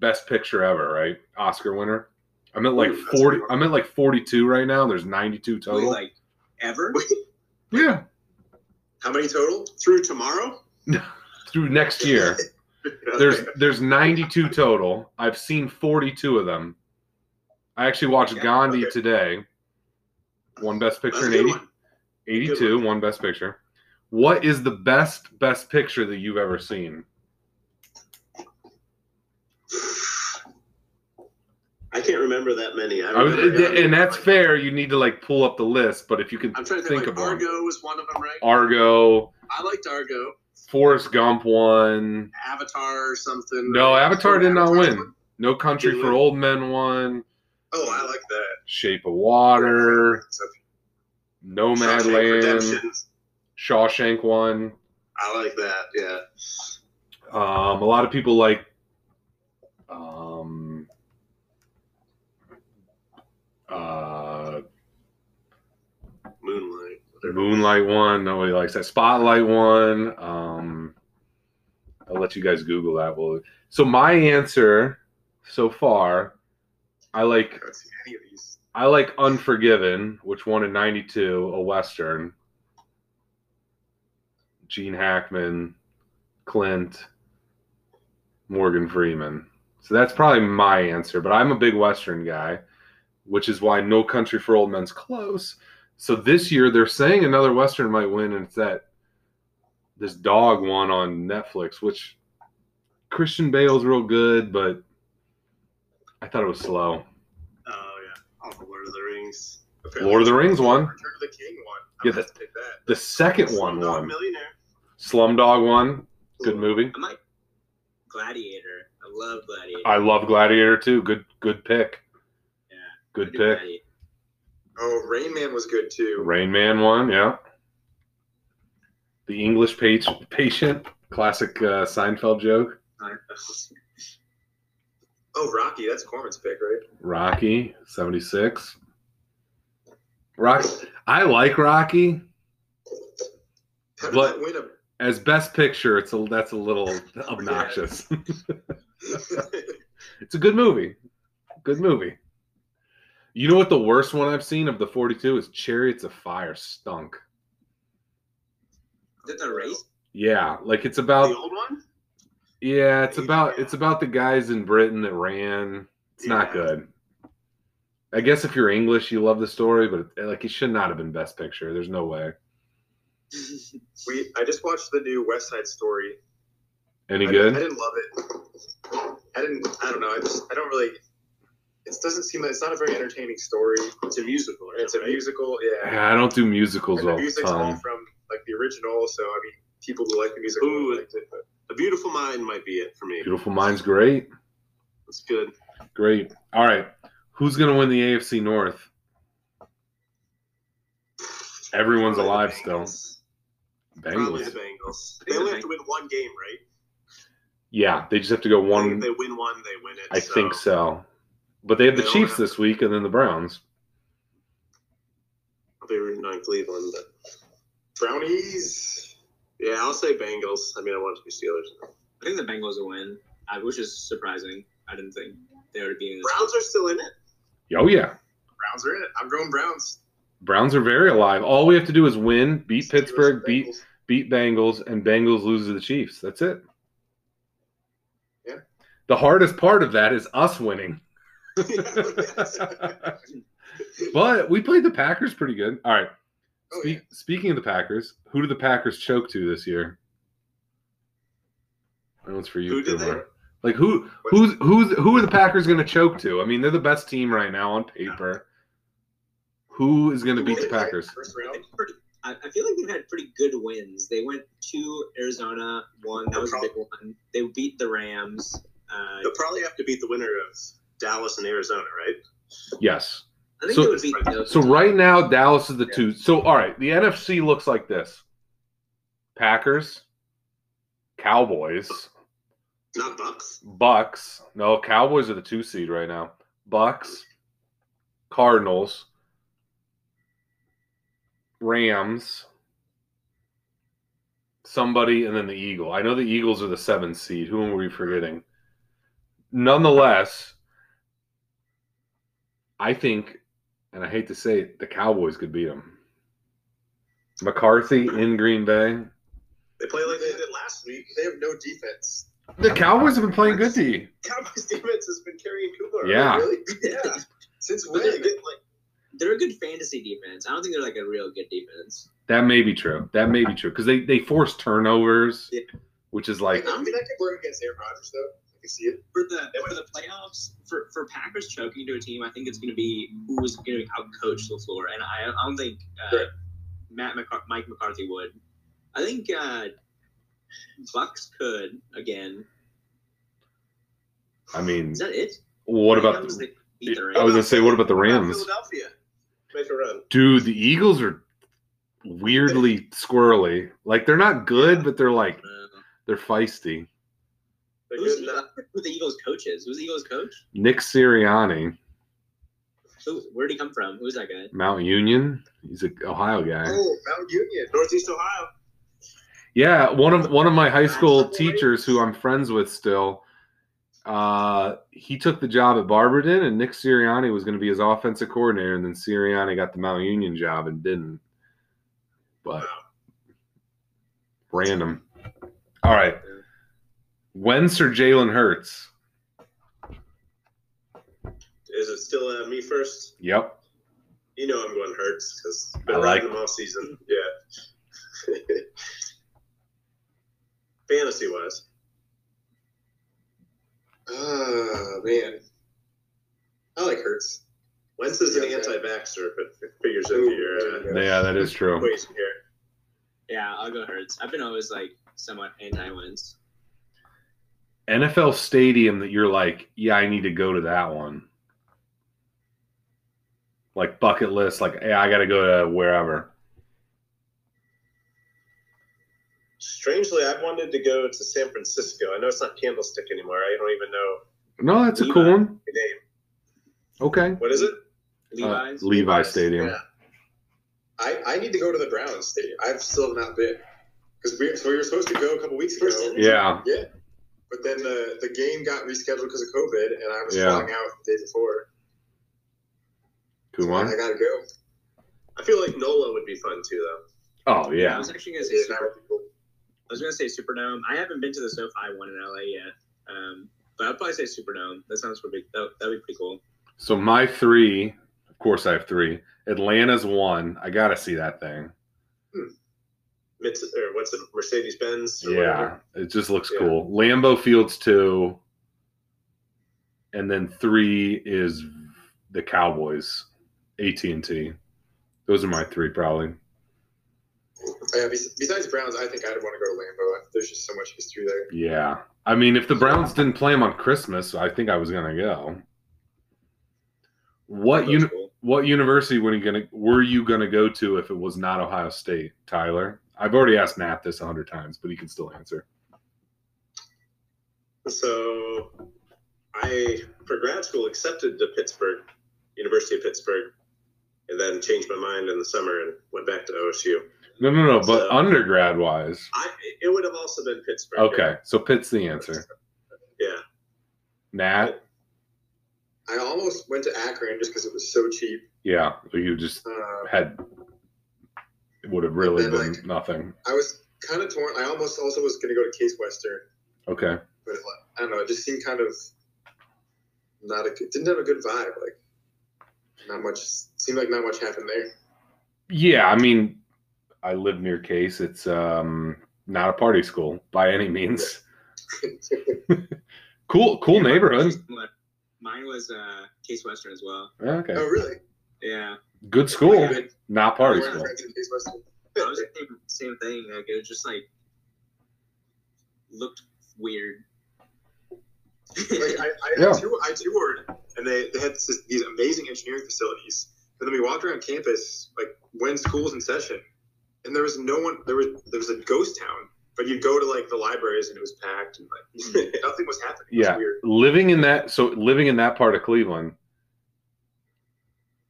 Speaker 1: Best Picture ever. Right, Oscar winner. I'm at like
Speaker 3: Ooh, that's
Speaker 1: forty.
Speaker 3: hard.
Speaker 1: I'm at like forty-two right now. There's ninety-two
Speaker 4: Really,
Speaker 1: total.
Speaker 4: like ever.
Speaker 1: yeah,
Speaker 3: How many total? Through tomorrow?
Speaker 1: through next year. There's there's 92 total. I've seen 42 of them. I actually watched
Speaker 4: Yeah,
Speaker 1: Gandhi
Speaker 3: okay.
Speaker 1: today. One best
Speaker 3: That's
Speaker 1: picture
Speaker 3: a
Speaker 1: in 80,
Speaker 3: good one. Good
Speaker 1: 82, one best picture. What is the best best picture that you've ever seen?
Speaker 3: I can't remember that many. I
Speaker 1: I was-
Speaker 3: remember, yeah,
Speaker 1: and that's
Speaker 3: like-
Speaker 1: fair. You need to like pull up the list, but if you can think,
Speaker 3: I'm trying to think.
Speaker 1: of
Speaker 3: like,
Speaker 1: one,
Speaker 3: Argo was one of them, right?
Speaker 1: Argo,
Speaker 3: I liked Argo.
Speaker 1: Forrest Gump one.
Speaker 3: Avatar or something.
Speaker 1: No, Avatar did not
Speaker 3: Avatar's
Speaker 1: win.
Speaker 3: one?
Speaker 1: No Country
Speaker 3: Didn't
Speaker 1: for
Speaker 3: win.
Speaker 1: Old Men one.
Speaker 3: Oh, I like that.
Speaker 1: Shape of Water,
Speaker 3: So, Shawshank
Speaker 1: Nomadland,
Speaker 3: Redemption.
Speaker 1: Shawshank one.
Speaker 3: I like that. Yeah.
Speaker 1: Um, a lot of people like um, uh,
Speaker 3: Moonlight.
Speaker 1: the Moonlight one. Nobody likes that. Spotlight one. Um, I'll let you guys Google that. Well, so my answer so far, I like
Speaker 3: I haven't seen any of these.
Speaker 1: I like Unforgiven, which won in '92, a western. Gene Hackman, Clint, Morgan Freeman. So that's probably my answer. But I'm a big western guy, which is why No Country for Old Men's close. So this year they're saying another western might win, and it's that this dog one on Netflix, which Christian Bale's real good, but I thought it was slow.
Speaker 3: Oh yeah. Oh, the Lord of the Rings.
Speaker 1: Lord of the Rings one.
Speaker 3: Return of the King one.
Speaker 1: Yeah,
Speaker 3: I'm gonna
Speaker 1: the-
Speaker 3: pick that.
Speaker 1: The second one
Speaker 3: Slumdog
Speaker 1: won.
Speaker 3: Millionaire.
Speaker 1: Slumdog one. Good movie.
Speaker 4: I might. Gladiator. I love Gladiator.
Speaker 1: I love Gladiator too. Good good pick.
Speaker 4: Yeah.
Speaker 1: Good
Speaker 4: Do
Speaker 1: pick.
Speaker 4: Gladiator.
Speaker 5: Oh, Rain Man was good too.
Speaker 1: Rain Man one, yeah. The English page, patient, classic uh, Seinfeld joke.
Speaker 5: Oh, Rocky, that's Corman's pick, right?
Speaker 1: Rocky seventy six. Rocky, I like Rocky
Speaker 5: How did
Speaker 1: What?
Speaker 5: that win a-
Speaker 1: as best picture. It's a that's a little obnoxious. it's a good movie. Good movie. You know what the worst one I've seen of the forty two is Chariots of Fire. Stunk.
Speaker 4: Is it the race?
Speaker 1: Yeah, like it's
Speaker 3: The
Speaker 1: about
Speaker 3: old one.
Speaker 1: yeah, it's about
Speaker 3: Yeah.
Speaker 1: it's about the guys in Britain that ran. It's not
Speaker 3: Yeah.
Speaker 1: good. I guess if you're English, you love the story, but like it should not have been Best Picture. There's no way.
Speaker 5: We I just watched the new West Side Story.
Speaker 1: Any
Speaker 5: I, I
Speaker 1: good?
Speaker 5: didn't love it. I didn't. I don't know. I just. I don't really. It doesn't seem like it's not a very entertaining story.
Speaker 3: It's a musical. Right?
Speaker 5: It's a
Speaker 3: Right?
Speaker 5: musical. Yeah.
Speaker 1: Yeah, I don't do musicals
Speaker 5: And the
Speaker 1: all the
Speaker 5: music's all
Speaker 1: time.
Speaker 5: from like the original, so I mean, people who like the music
Speaker 3: Ooh.
Speaker 5: really liked it. But
Speaker 3: A Beautiful Mind might be it for me.
Speaker 1: Beautiful Mind's great,
Speaker 3: It's good.
Speaker 1: great. All right, who's gonna win the AFC North? Everyone's
Speaker 3: Probably the
Speaker 1: alive still.
Speaker 3: Bengals. Probably the
Speaker 1: Bengals.
Speaker 3: Bengals.
Speaker 4: I think
Speaker 3: They
Speaker 4: the
Speaker 3: only have to
Speaker 4: Bengals.
Speaker 3: win one game, right?
Speaker 1: Yeah, they just have to go
Speaker 3: I think
Speaker 1: one.
Speaker 3: If they win one, they win it.
Speaker 1: I think so. But they have the
Speaker 3: They all
Speaker 1: Chiefs
Speaker 3: have-
Speaker 1: this week, and then the Browns.
Speaker 3: I'll be rooting on Cleveland, but
Speaker 5: brownies.
Speaker 3: yeah, I'll say Bengals. I mean, I want it to be Steelers.
Speaker 4: I think the Bengals will win, uh, which is surprising. I didn't think they would be in this.
Speaker 3: Browns are still in it.
Speaker 1: Oh yeah,
Speaker 5: Browns are in it. I'm going Browns.
Speaker 1: Browns are very alive. All we have to do is win, beat
Speaker 5: Steelers,
Speaker 1: Pittsburgh, beat
Speaker 5: Bengals.
Speaker 1: beat Bengals, and Bengals lose to the Chiefs. That's it. The hardest part of that is us winning. but we played the Packers pretty good. All right.
Speaker 5: Oh,
Speaker 1: Spe- Speaking of the Packers, who did the Packers choke to this year? That one's for you,
Speaker 3: Who did they-
Speaker 1: Kumar. Like who who's who's who are the Packers going to choke to? I mean, they're the best team right now on paper. Who is going to beat the Packers?
Speaker 5: First round.
Speaker 4: Pretty- I, I feel like they've had pretty good wins. They went to Arizona, one that was a big one. They beat the Rams. Uh,
Speaker 3: They'll probably have to beat the winner of Dallas and Arizona, right?
Speaker 1: Yes.
Speaker 4: I think
Speaker 1: So-
Speaker 4: they would beat those.
Speaker 1: So right now, Dallas is the two. So all right, the NFC looks like this: Packers, Cowboys,
Speaker 3: Not Bucks.
Speaker 1: Bucks. No, Cowboys are the two seed right now. Bucks, Cardinals, Rams, somebody, and then the Eagle. I know the Eagles are the seven seed. Who am we forgetting? Nonetheless, I think, and I hate to say it, the Cowboys could beat them. McCarthy in Green Bay.
Speaker 3: They play like they did last week.
Speaker 5: They have no defense.
Speaker 1: The Cowboys have been playing good to you.
Speaker 3: Cowboys defense has been carrying Cooper.
Speaker 1: Yeah.
Speaker 3: Really?
Speaker 5: Yeah. Since when?
Speaker 4: But they're, good, like, they're a good fantasy defense. I don't think they're like a real good defense.
Speaker 1: That may be true. That may be true because they they force turnovers,
Speaker 4: Yeah.
Speaker 1: which is like
Speaker 5: I mean, that could work against Aaron Rodgers, though. I can see it.
Speaker 4: For the for the playoffs, for, for Packers choking to a team, I think it's going to be who's going to outcoach Lafleur, and I, I don't think uh,
Speaker 5: Right.
Speaker 4: Matt McCar- Mike McCarthy would. I think uh, Bucks could again.
Speaker 1: I mean,
Speaker 4: Is that it?
Speaker 1: what about
Speaker 4: Rams,
Speaker 1: the,
Speaker 4: they beat the
Speaker 1: I was
Speaker 4: Rams.
Speaker 1: gonna say what about the
Speaker 3: Not
Speaker 1: Rams?
Speaker 3: Philadelphia. Make a run.
Speaker 1: Dude, the Eagles are weirdly squirrely. Like they're not good, but they're like
Speaker 4: Uh,
Speaker 1: they're feisty.
Speaker 3: They're
Speaker 4: who's
Speaker 3: good
Speaker 4: the,
Speaker 3: enough.
Speaker 4: who the Eagles' coaches? Who's the Eagles' coach?
Speaker 1: Nick Sirianni,
Speaker 4: Who, where'd he come from? Who's that guy?
Speaker 1: Mount Union, he's a Ohio guy.
Speaker 5: Oh, Mount Union.
Speaker 3: Northeast Ohio.
Speaker 1: Yeah, one of one of my high school
Speaker 5: Boys.
Speaker 1: teachers who I'm friends with still, uh, he took the job at Barberton, and Nick Sirianni was going to be his offensive coordinator, and then Sirianni got the Mount Union job and didn't. But random. All right, when's Sir Jalen Hurts?
Speaker 3: Is it still uh, me first?
Speaker 1: Yep,
Speaker 3: You know I'm going Hurts because been
Speaker 1: I like
Speaker 3: riding him all season. Yeah. Fantasy wise,
Speaker 5: Oh, man. I like Hurts.
Speaker 3: Wentz is an
Speaker 5: Yeah, okay.
Speaker 3: anti-vaxxer, but it figures into your
Speaker 5: Ooh,
Speaker 3: uh,
Speaker 1: yeah, that is true.
Speaker 3: equation here.
Speaker 4: Yeah, I'll go Hurts. I've been always like somewhat anti-wins.
Speaker 1: NFL stadium that you're like, yeah, I need to go to that one. Like bucket list, like, yeah, I got to go to wherever.
Speaker 3: Strangely, I wanted to go to San Francisco. I know it's not Candlestick anymore. I don't even know
Speaker 1: No, that's a
Speaker 4: Levi. Uh,
Speaker 1: cool one.
Speaker 3: the name.
Speaker 1: Okay.
Speaker 3: What is it?
Speaker 4: Levi's.
Speaker 1: Uh, Levi Stadium.
Speaker 5: Yeah. I, I need to go to the Browns Stadium. I've still not been. Because we, so we were supposed to go a couple weeks ago.
Speaker 4: Person?
Speaker 1: Yeah.
Speaker 5: But then the, the game got rescheduled because of COVID, and I was
Speaker 1: Yeah.
Speaker 5: flying out the day before.
Speaker 1: Kumar.
Speaker 5: I gotta go.
Speaker 3: I feel like NOLA would be fun too, though.
Speaker 1: Oh
Speaker 4: I
Speaker 1: yeah.
Speaker 4: was actually gonna say
Speaker 5: It's not
Speaker 4: Super,
Speaker 5: really cool.
Speaker 4: I was gonna say Superdome. I haven't been to the SoFi one in LA yet, um, but I'd probably say Superdome. That sounds pretty. That that'd be pretty cool.
Speaker 1: So my three, of course I have three. Atlanta's one. I gotta see that thing.
Speaker 3: Mitz, or what's it, Mercedes Benz?
Speaker 1: Yeah. It just looks
Speaker 3: Yeah.
Speaker 1: cool. Lambeau Fields two. And then three is the Cowboys. AT and T. Those are my three probably.
Speaker 5: Oh, Yeah, bes- besides Browns, I think I'd want to go to Lambeau. There's just so much history there.
Speaker 1: Yeah. I mean, if the Browns didn't play them on Christmas, I think I was gonna go. What
Speaker 4: That's
Speaker 1: uni-
Speaker 4: cool.
Speaker 1: What university were you gonna were you gonna go to if it was not Ohio State, Tyler? I've already asked Nat this a hundred times, but he can still answer.
Speaker 3: So I, for grad school, accepted to Pittsburgh, University of Pittsburgh, and then changed my mind in the summer and went back to OSU.
Speaker 1: No, no, no. But
Speaker 3: So-
Speaker 1: undergrad wise,
Speaker 3: I, it would have also been Pittsburgh.
Speaker 1: okay. So Pitt's the answer.
Speaker 3: Yeah.
Speaker 1: Nat,
Speaker 5: I almost went to Akron just because it was so cheap.
Speaker 1: yeah. You just
Speaker 5: Um,
Speaker 1: had it would have really
Speaker 5: Then,
Speaker 1: been
Speaker 5: like-
Speaker 1: nothing.
Speaker 5: I was kind of torn. I almost also was going to go to Case Western,
Speaker 1: Okay.
Speaker 5: But like, I don't know. It just seemed kind of not a. good- Didn't have a good vibe. Like not much. Seemed like not much happened there.
Speaker 1: Yeah, I mean, I live near Case. It's um, not a party school by any means. cool, cool neighborhood.
Speaker 4: Mine was uh, Case Western as well.
Speaker 1: Okay,
Speaker 5: Oh really?
Speaker 4: Yeah,
Speaker 1: good school,
Speaker 5: Like,
Speaker 1: not
Speaker 5: I
Speaker 1: party
Speaker 5: went- I
Speaker 1: school.
Speaker 5: went to Case Western.
Speaker 4: I was thinking the same thing. Like it was just like looked weird.
Speaker 5: like I, I,
Speaker 1: Yeah.
Speaker 5: I, tou- I toured, and they, they had s- these amazing engineering facilities. And then we walked around campus, like when school's in session, and there was no one. There was there was a ghost town, but you'd go to like the libraries, and it was packed, and like nothing was happening. It was
Speaker 1: Yeah.
Speaker 5: weird.
Speaker 1: Living in that, so living in that part of Cleveland,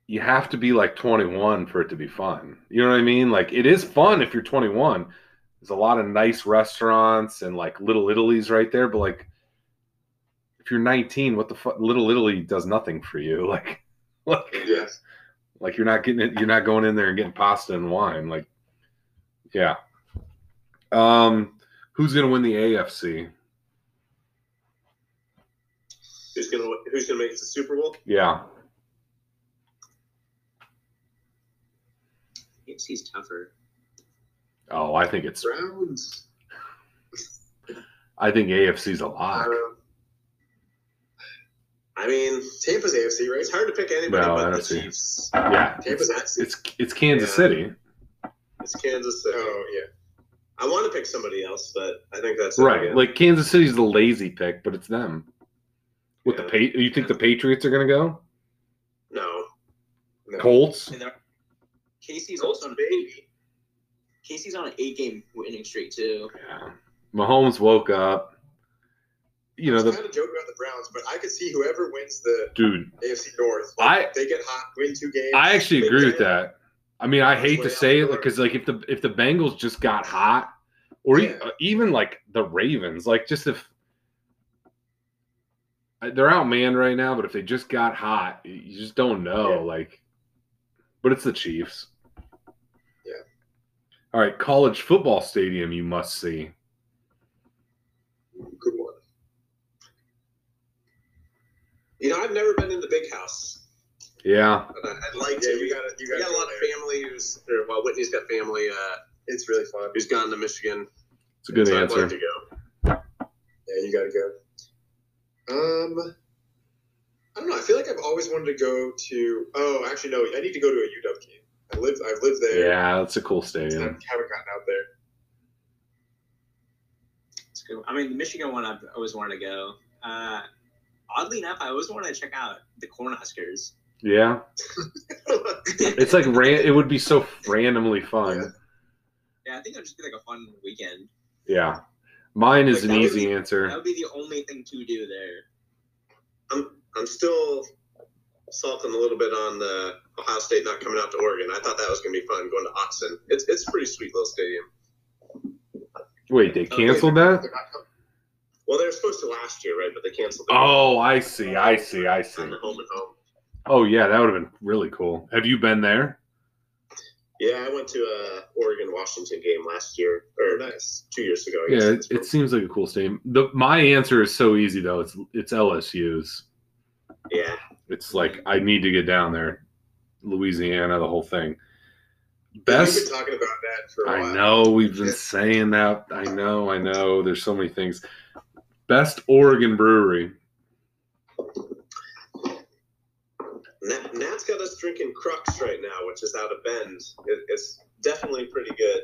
Speaker 1: you have to be like 21 for it to be fun. You know what I mean? Like it is fun if you're 21. There's a lot of nice restaurants and like Little Italy's right there, but like if you're 19, what the fuck? Little Italy does nothing for you. Like, like
Speaker 5: Yeah,
Speaker 1: Like you're not getting it. You're not going in there and getting pasta and wine. Like, yeah. Um, who's gonna win the AFC?
Speaker 5: who's gonna who's gonna make it to the Super Bowl?
Speaker 1: Yeah,
Speaker 4: AFC's tougher.
Speaker 1: Oh, I think it's.
Speaker 5: Browns.
Speaker 1: I think AFC's a
Speaker 5: I
Speaker 1: lock.
Speaker 5: don't know.
Speaker 3: I mean,
Speaker 5: Tampa's AFC, right?
Speaker 3: it's hard to pick anybody
Speaker 1: No, I
Speaker 3: but
Speaker 1: don't
Speaker 3: the
Speaker 1: see.
Speaker 3: Chiefs.
Speaker 1: Yeah,
Speaker 5: Tampa's AFC.
Speaker 1: it's it's Kansas
Speaker 3: Yeah.
Speaker 1: City,
Speaker 3: It's Kansas City.
Speaker 5: Oh yeah.
Speaker 3: I want to pick somebody else, but I think that's
Speaker 1: right? Like Kansas City's the lazy pick, but it's them. With
Speaker 3: Yeah.
Speaker 1: the pa- you think the Patriots are gonna go?
Speaker 3: no.
Speaker 5: No.
Speaker 1: Colts?
Speaker 4: And they're- Casey's also on a baby. Casey's on an eight-game winning streak too.
Speaker 1: Yeah. Mahomes woke up. You know
Speaker 5: I was
Speaker 1: the
Speaker 5: kind of joking about the Browns, but I could see whoever wins the
Speaker 1: dude.
Speaker 5: AFC North,
Speaker 1: I
Speaker 5: they get hot, win two games.
Speaker 1: I actually
Speaker 5: they
Speaker 1: agree
Speaker 5: get
Speaker 1: with
Speaker 5: in.
Speaker 1: that. I mean, I hate to
Speaker 5: That's
Speaker 1: say
Speaker 5: way
Speaker 1: it
Speaker 5: out the
Speaker 1: because like if the if the Bengals just got hot, or e-
Speaker 5: Yeah.
Speaker 1: even like the Ravens, like just if I- they're outmanned right now, but if they just got hot, y- you just don't know.
Speaker 5: Yeah.
Speaker 1: Like, but it's the Chiefs.
Speaker 5: Yeah.
Speaker 1: All right, college football stadium you must see.
Speaker 5: Good one.
Speaker 3: You know, I've never been in the big house.
Speaker 1: Yeah,
Speaker 3: But I- I'd like
Speaker 5: yeah,
Speaker 3: to.
Speaker 5: you gotta, you
Speaker 3: We
Speaker 5: gotta
Speaker 3: got a lot of
Speaker 5: there.
Speaker 3: family who's, or, well, Whitney's got family uh,
Speaker 5: It's really fun.
Speaker 3: who's gone to Michigan.
Speaker 1: it's a good
Speaker 3: so I'd
Speaker 1: answer.
Speaker 3: like to go.
Speaker 5: Yeah, you gotta go. Um, I don't know. I feel like I've always wanted to go to. Oh, actually, no. I need to go to a UW game. I live. I've lived there.
Speaker 1: Yeah, it's a cool
Speaker 5: and I
Speaker 1: stadium.
Speaker 5: haven't gotten out there.
Speaker 4: It's good. I mean, the Michigan one I've always wanted to go. Uh, oddly enough, I always wanted to check out the Cornhuskers.
Speaker 1: Yeah, it's like ran- it would be so randomly fun.
Speaker 5: Yeah.
Speaker 4: Yeah, I think it would just be like a fun weekend.
Speaker 1: Yeah. Mine is
Speaker 3: Like,
Speaker 1: an
Speaker 3: that would
Speaker 1: easy
Speaker 3: be-
Speaker 4: That
Speaker 1: answer.
Speaker 4: would be the only thing to do there.
Speaker 3: I'm, I'm still salting a little bit on the Ohio State not coming out to Oregon. I thought that was going to be fun going to Austin. It's, it's a pretty sweet little stadium.
Speaker 1: Wait, they canceled that?
Speaker 5: They're not coming.
Speaker 3: Well, they were supposed to last year, right? But they canceled. it.
Speaker 1: Oh, I see. I see. I
Speaker 3: on
Speaker 1: see.
Speaker 3: the home and home.
Speaker 1: Oh, yeah, that would have been really cool. Have you been there?
Speaker 3: Yeah, I went to a Oregon Washington game last year, or
Speaker 5: Nice.
Speaker 3: two years ago. I guess
Speaker 1: Yeah, it,
Speaker 3: that's
Speaker 1: it seems like a cool stadium. The, my answer is so easy, though. It's, it's LSU's.
Speaker 3: from- yeah.
Speaker 1: It's like, I need to get down there. Louisiana, the whole thing.
Speaker 5: We've
Speaker 1: Best.
Speaker 5: been talking about that for a
Speaker 1: I
Speaker 5: while.
Speaker 1: know. We've been saying that. I know. I know. There's so many things. Best Oregon brewery.
Speaker 3: Nat, Nat's got us drinking Crux right now, which is out of Bend. It, it's definitely pretty good.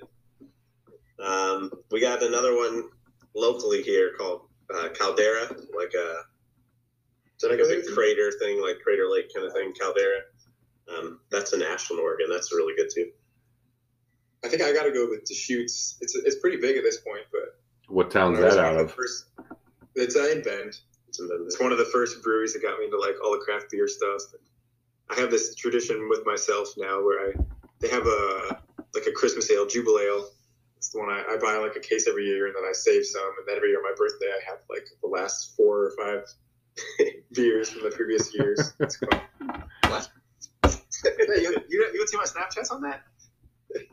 Speaker 3: Um, we got another one locally here called uh, Caldera, like a it's like a big crater thing, like Crater Lake kind of thing. Caldera. Um, that's in Ashland, Oregon. That's really good too.
Speaker 5: I think I gotta go with Deschutes. It's it's pretty big at this point, but
Speaker 1: What town's
Speaker 5: it was
Speaker 1: that
Speaker 5: one
Speaker 1: out
Speaker 5: the
Speaker 1: of?
Speaker 5: first. It's in Bend.
Speaker 3: It's in Bend.
Speaker 5: It's one of the first breweries that got me into like all the craft beer stuff. I have this tradition with myself now where I they have a like a Christmas ale, Jubile ale. It's the one I, I buy like a case every year, and then I save some, and then every year on my birthday I have like the last four or five beers from the previous years. It's fun.
Speaker 3: Hey, you, you, you don't see my Snapchats on that?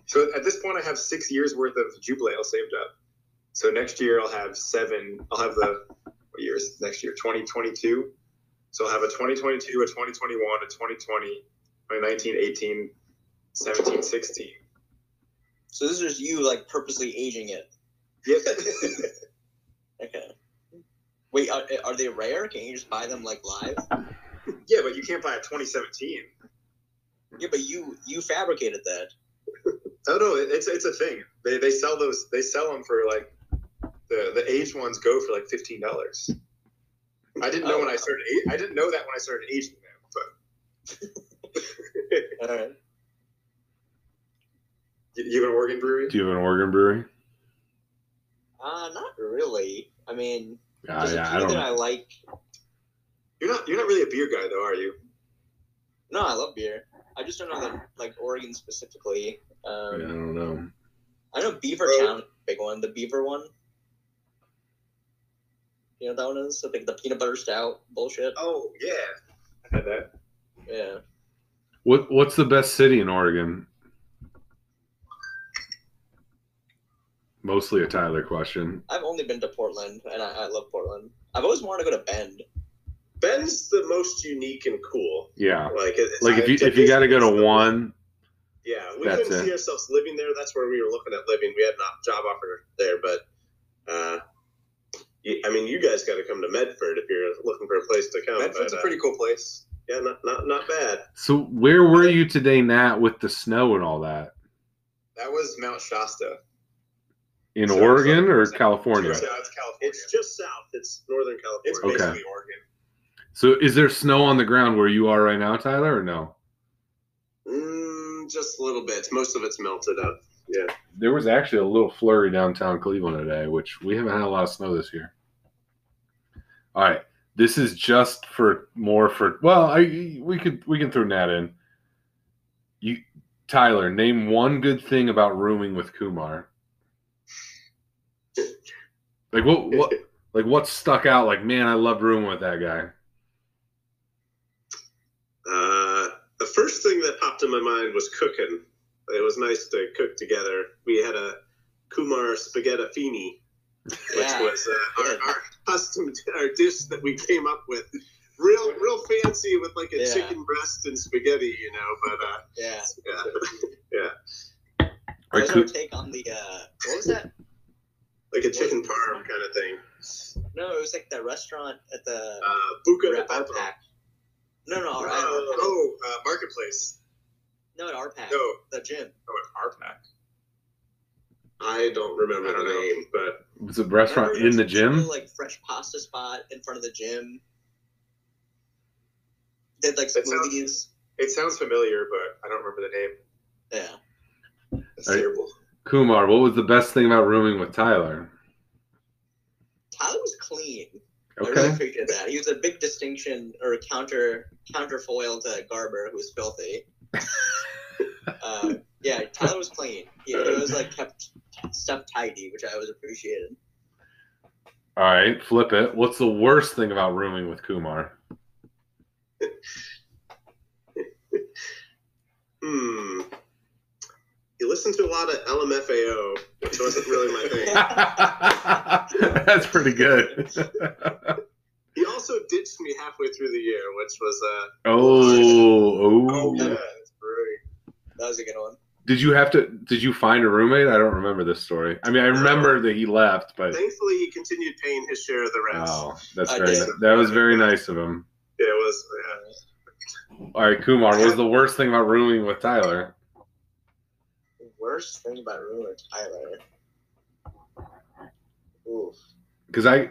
Speaker 5: so at this point I have six years worth of Jubile ale saved up. So next year I'll have seven. I'll have the what year is next year? 2022. So I'll have a 2022, a 2021, a 2020, 2019, 18, 17, 16.
Speaker 4: So this is just you like purposely aging it.
Speaker 5: Yeah.
Speaker 4: Okay. Wait, are, are they rare? Can't you just buy them like live?
Speaker 5: yeah, but you can't buy a 2017.
Speaker 4: Yeah, but you you fabricated that.
Speaker 5: Oh, No, no, it- it's it's a thing. They they sell those. They sell them for like the the aged ones go for like fifteen dollars. I didn't know
Speaker 4: Oh,
Speaker 5: when I
Speaker 4: wow.
Speaker 5: started. a- I didn't know that when I started aging them. But
Speaker 4: All right.
Speaker 5: you, you have an Oregon brewery?
Speaker 1: Do you have an Oregon brewery?
Speaker 4: Uh, not really. I mean,
Speaker 1: Yeah,
Speaker 4: there's
Speaker 1: Uh, yeah,
Speaker 4: a
Speaker 1: I
Speaker 4: few
Speaker 1: don't
Speaker 4: that I
Speaker 1: know.
Speaker 4: like.
Speaker 5: You're not you're not really a beer guy though, are you?
Speaker 4: No, I love beer. I just don't know that like Oregon specifically.
Speaker 1: Yeah, I
Speaker 4: Um,
Speaker 1: don't know.
Speaker 4: I know Beaver
Speaker 5: Bro.
Speaker 4: Town, big one, the Beaver one. You know what that one is? I think the peanut butter stout bullshit.
Speaker 5: Oh yeah, I had that.
Speaker 4: Yeah.
Speaker 1: What What's the best city in Oregon? Mostly a Tyler question.
Speaker 4: I've only been to Portland, and I, I love Portland. I've always wanted to go to Bend.
Speaker 3: Ben's the most unique and cool.
Speaker 1: Yeah,
Speaker 3: Like, it- it's-
Speaker 1: like if you if you got to go to one,
Speaker 3: Yeah, we
Speaker 1: That's
Speaker 3: couldn't
Speaker 1: it.
Speaker 3: see ourselves living there. That's where we were looking at living. We had a job offer there, but uh, you, I mean, you guys got to come to Medford if you're looking for a place to come.
Speaker 5: Medford's
Speaker 3: but,
Speaker 5: a
Speaker 3: uh,
Speaker 5: pretty cool place.
Speaker 3: yeah, not, not not bad.
Speaker 1: so where were you today, Nat, with the snow and all that
Speaker 5: That was Mount Shasta,
Speaker 1: in
Speaker 5: So- so-
Speaker 1: Oregon or California?
Speaker 5: It's South California.
Speaker 3: It's just south. It's Northern
Speaker 5: It's
Speaker 3: California.
Speaker 1: Okay.
Speaker 5: basically Oregon.
Speaker 1: So is there snow on the ground where you are right now, Tyler, or no?
Speaker 3: Mm, just a little bit. Most of it's melted up.
Speaker 1: There was actually a little flurry downtown Cleveland today, which we haven't had a lot of snow this year. All right, this is just for more for well, I we could we can throw Nat in. You, Tyler, name one good thing about rooming with Kumar. Like what what like what stuck out? Like man, I loved rooming with that guy.
Speaker 3: Uh, the first thing that popped in my mind was cooking. It was nice to cook together. We had a Kumar spaghettifini, which
Speaker 4: Yeah.
Speaker 3: was uh, our, our custom our dish that we came up with. Real, real fancy with like a
Speaker 4: Yeah.
Speaker 3: chicken breast and spaghetti, you know. But
Speaker 4: Yeah.
Speaker 3: uh, yeah,
Speaker 1: All
Speaker 4: What
Speaker 1: right,
Speaker 4: was our
Speaker 1: Ku-
Speaker 4: take on the uh, what was that?
Speaker 3: like a chicken parm kind of thing.
Speaker 4: No, it was like that restaurant at the
Speaker 3: Uh, buca de
Speaker 4: at
Speaker 3: papo.
Speaker 4: RPAC. No, no,
Speaker 3: Uh,
Speaker 4: our, our,
Speaker 3: oh, uh, marketplace.
Speaker 4: no, at RPAC,
Speaker 3: No,
Speaker 4: the gym.
Speaker 5: Oh, at RPAC.
Speaker 3: I don't remember
Speaker 5: I don't
Speaker 3: the
Speaker 5: know.
Speaker 3: name, but
Speaker 1: was a restaurant
Speaker 4: Remember
Speaker 1: in the
Speaker 4: there's this
Speaker 1: gym?
Speaker 4: Little, like fresh pasta spot in front of the gym. Did like
Speaker 5: That sounds-
Speaker 4: smoothies.
Speaker 5: It sounds familiar, but I don't remember the name.
Speaker 4: Yeah.
Speaker 5: That's
Speaker 1: Are you-
Speaker 5: terrible.
Speaker 1: Kumar, what was the best thing about rooming with Tyler?
Speaker 4: Tyler was clean. I really
Speaker 1: Okay.
Speaker 4: appreciate that. He was a big distinction or counter counterfoil to Garber, who was filthy. uh, yeah, Tyler was clean. He, he was like kept stuff tidy, which I always appreciated.
Speaker 1: All right, flip it. What's the worst thing about rooming with Kumar?
Speaker 3: hmm. You listen to a lot of LMFAO, which wasn't really my thing.
Speaker 1: That's pretty good.
Speaker 3: He also ditched me halfway through the year, which was uh,
Speaker 1: oh, oh.
Speaker 3: that's brewing.
Speaker 4: That was a good one.
Speaker 1: Did you have to? Did you find a roommate? I don't remember this story. I mean, I remember that he left, but
Speaker 3: Thankfully, he continued paying his share of the rents.
Speaker 1: oh, that's
Speaker 4: I
Speaker 1: very.
Speaker 4: did.
Speaker 1: That was very nice of him.
Speaker 3: It was uh,
Speaker 1: All right, Kumar. What was the worst thing about rooming with Tyler?
Speaker 4: The worst thing about Ruler Tyler. Oof.
Speaker 1: Because I,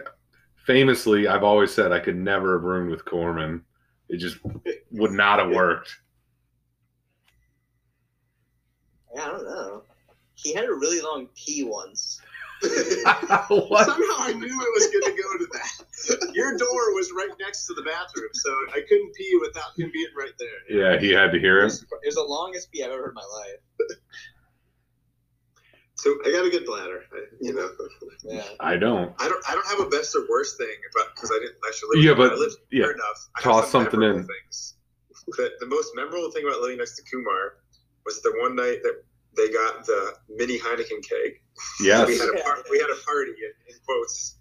Speaker 1: famously, I've always said I could never have roomed with Corman. It just would not have worked.
Speaker 4: Yeah, I don't know. He had a really long pee once.
Speaker 1: what?
Speaker 3: somehow I knew it was going to go to that. Your door was right next to the bathroom, so I couldn't pee without him being right there.
Speaker 1: Yeah, he had to hear
Speaker 4: It
Speaker 1: it.
Speaker 4: was, it was the longest pee I've ever heard in my life.
Speaker 3: So I got a good bladder, I, you know.
Speaker 4: Yeah.
Speaker 1: I don't.
Speaker 5: I don't. I don't have a best or worst thing about because I didn't actually. Live
Speaker 1: Yeah,
Speaker 5: with him. I
Speaker 1: but-
Speaker 5: lived
Speaker 1: yeah.
Speaker 5: near enough. I have
Speaker 1: Toss
Speaker 5: some
Speaker 1: something
Speaker 5: memorable
Speaker 1: in.
Speaker 5: Things. The, the most memorable thing about living next to Kumar was the one night that they got the mini Heineken keg.
Speaker 1: Yes.
Speaker 5: We had a par- we had a party in, in quotes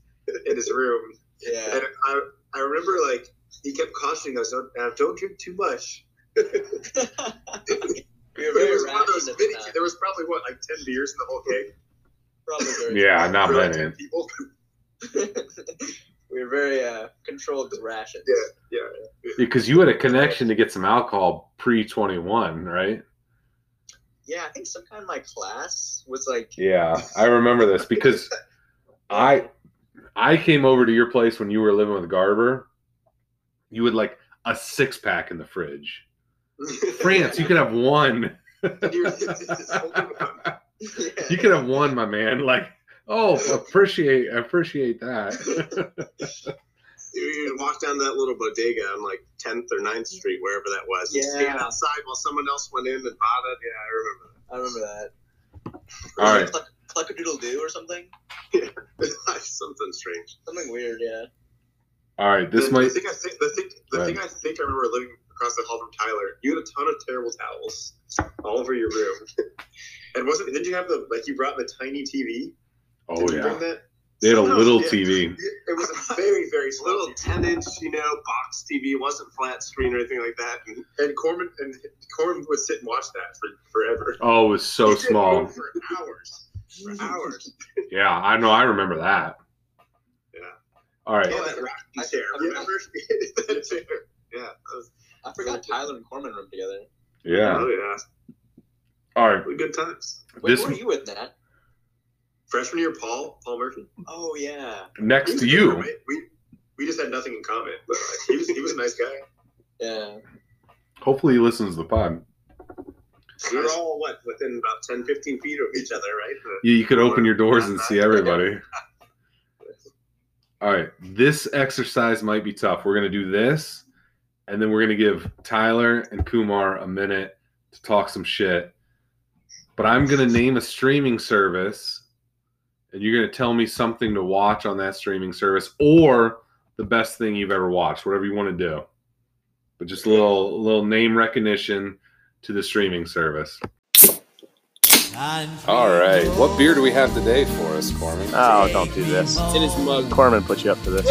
Speaker 5: in his room,
Speaker 4: Yeah.
Speaker 5: And I, I remember like he kept cautioning us, don't, now, don't drink too much.
Speaker 4: we were
Speaker 5: It
Speaker 4: very
Speaker 5: was one of those
Speaker 4: rational at the
Speaker 5: videos.
Speaker 4: time.
Speaker 5: There was probably what like ten beers in the whole keg.
Speaker 4: Probably very-
Speaker 1: Yeah, not
Speaker 5: for, like,
Speaker 1: many.
Speaker 5: 10 people.
Speaker 4: we were very uh, controlled with rations.
Speaker 5: Yeah.
Speaker 1: Because you had a connection to get some alcohol pre 21, right?
Speaker 4: Yeah, I think some kind of my class was like
Speaker 1: Yeah, I remember this because I I came over to your place when you were living with Garber. You had like a six pack in the fridge. France, you could have one.
Speaker 5: You're just holding on.
Speaker 1: You could have one, my man. Like, oh, appreciate appreciate that.
Speaker 3: You would walk down that little bodega on like 10th or 9th Street, wherever that was. and
Speaker 4: Yeah.
Speaker 3: Stand outside while someone else went in and bought it. Yeah, I remember
Speaker 4: I remember that.
Speaker 1: All right.
Speaker 4: Cluck a doodle doo or something.
Speaker 3: that. Something strange.
Speaker 4: Something weird, yeah.
Speaker 1: All right, this
Speaker 5: the,
Speaker 1: might
Speaker 5: The thing I think, the thing, the
Speaker 1: Right.
Speaker 5: thing I think I remember living across the hall from Tyler. You had a ton of terrible towels all over your room. and wasn't did you have the like you brought the tiny TV?
Speaker 1: Oh
Speaker 5: Did you bring
Speaker 1: yeah.
Speaker 5: that?
Speaker 1: They had a
Speaker 5: Somehow-
Speaker 1: little
Speaker 5: yeah.
Speaker 1: TV.
Speaker 5: It was a very very
Speaker 3: It's a
Speaker 5: small
Speaker 3: little
Speaker 5: TV.
Speaker 3: 10 inch, you know, box TV. wasn't flat screen or anything like that. And
Speaker 5: And Corman and Corman would sit and watch that for forever.
Speaker 1: Oh, it was
Speaker 5: He
Speaker 1: so
Speaker 5: did
Speaker 1: small.
Speaker 5: it for hours. For hours.
Speaker 1: Yeah, I know. I remember that.
Speaker 3: Yeah.
Speaker 1: All right.
Speaker 3: yeah, that rocking
Speaker 4: I-
Speaker 3: chair.
Speaker 4: I forgot-
Speaker 3: remember? that chair. Yeah. that was-
Speaker 4: I forgot Tyler and Corman room together.
Speaker 1: Yeah.
Speaker 3: Oh, yeah.
Speaker 1: All right.
Speaker 3: Good times.
Speaker 4: Wait,
Speaker 1: This-
Speaker 4: who were you with, Nat?
Speaker 5: Freshman year, Paul Paul Murphy.
Speaker 4: Oh yeah,
Speaker 1: Next
Speaker 5: He
Speaker 1: to
Speaker 5: was a
Speaker 1: you.
Speaker 5: roommate. We we just had nothing in common, but like, he was he was a nice guy.
Speaker 4: yeah.
Speaker 1: Hopefully he listens to the pod.
Speaker 3: We were all, what, within about 10, 15 feet of each other, right?
Speaker 1: You, you could open your doors and see everybody. All right. This exercise might be tough. We're going to do this, and then we're going to give Tyler and Kumar a minute to talk some shit. But I'm going to name a streaming service, and you're going to tell me something to watch on that streaming service or the best thing you've ever watched, whatever you want to do. But just a little, little name recognition to the streaming service.
Speaker 6: All right. What beer do we have today for us, Corman?
Speaker 9: Oh, don't do this.
Speaker 8: It's in his mug.
Speaker 9: Corman put you up to this.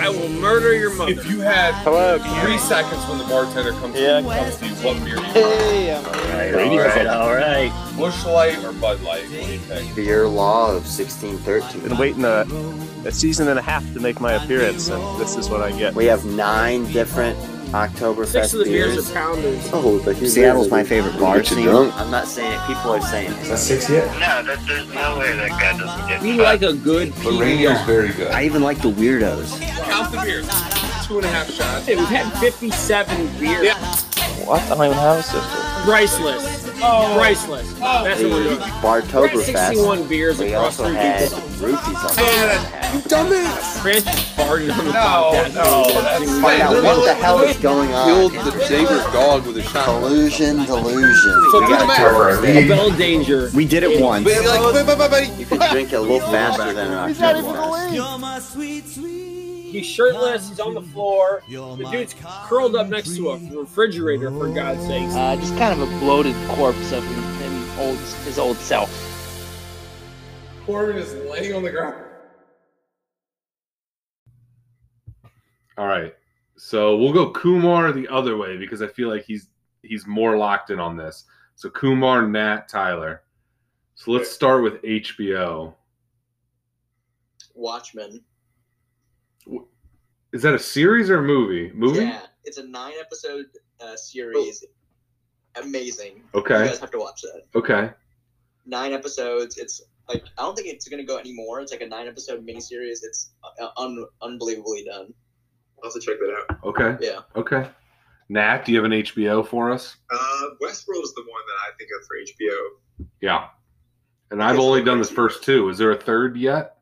Speaker 8: I will murder your mother.
Speaker 1: you had
Speaker 9: Hello.
Speaker 1: three seconds when the bartender comes
Speaker 9: Yeah.
Speaker 1: to comes to you, what beer do you want?
Speaker 9: Hey. All right. All right. All right.
Speaker 1: Bush Light or Bud Light? What do you think?
Speaker 10: Beer law of 1613.
Speaker 9: Been waiting a, a season and a half to make my appearance, and this is what I get.
Speaker 10: We have nine different
Speaker 8: Six of
Speaker 10: Oktoberfest
Speaker 8: the beers
Speaker 10: beers.
Speaker 8: are pounders.
Speaker 10: Oh, but Seattle's my favorite bar scene. I'm not saying it. People are saying it.
Speaker 8: We like a good PBR.
Speaker 1: very good.
Speaker 10: I even like the weirdos.
Speaker 8: Count the beers. Two and a half shots. Hey, we've had 57 beers.
Speaker 9: What? I don't even have a sister.
Speaker 8: Priceless.
Speaker 10: Oh.
Speaker 8: Priceless. That's what we're doing. We had 61
Speaker 10: Bartoberfest.
Speaker 8: beers
Speaker 10: We
Speaker 8: across
Speaker 10: also
Speaker 8: three
Speaker 10: had
Speaker 8: people.
Speaker 10: roofies on
Speaker 8: Chris farted on the podcast.
Speaker 10: Find out what the hell is going
Speaker 6: Killed
Speaker 10: on.
Speaker 6: the neighbor's dog with a shotgun.
Speaker 10: Collusion, delusion.
Speaker 8: So
Speaker 10: You
Speaker 8: come
Speaker 10: gotta
Speaker 8: back.
Speaker 10: tell us that.
Speaker 8: Bell Danger.
Speaker 10: We did it once.
Speaker 6: But, like, but- but- but- but-
Speaker 10: You could drink it a little faster than an Oktoberfest.
Speaker 2: You're my sweet, sweet.
Speaker 8: He's shirtless. He's on the floor.
Speaker 2: You're
Speaker 8: The
Speaker 2: my
Speaker 8: dude's curled up next to a
Speaker 2: country.
Speaker 8: refrigerator, for God's sakes.
Speaker 11: Uh, just kind of a bloated corpse of him, him old, his old self.
Speaker 8: Corbin is laying on the ground.
Speaker 1: All right. So we'll go Kumar the other way because I feel like he's he's more locked in on this. So Kumar, Nat, Tyler. So let's start with HBO.
Speaker 4: Watchmen.
Speaker 1: Is that a series or a movie? Movie?
Speaker 4: Yeah, it's a nine episode uh, series. Amazing. You
Speaker 1: Okay.
Speaker 4: guys have to watch that.
Speaker 1: Okay.
Speaker 4: Nine episodes. It's like I don't think it's gonna go anymore. It's like a nine episode miniseries. It's uh, un- unbelievably done.
Speaker 5: I'll have to check that out.
Speaker 1: Okay.
Speaker 4: Yeah.
Speaker 1: Okay. Nat, do you have an HBO for us?
Speaker 5: Uh, Westworld is the one that I think of for HBO.
Speaker 1: Yeah. And I've only done the first two. Is there a third yet?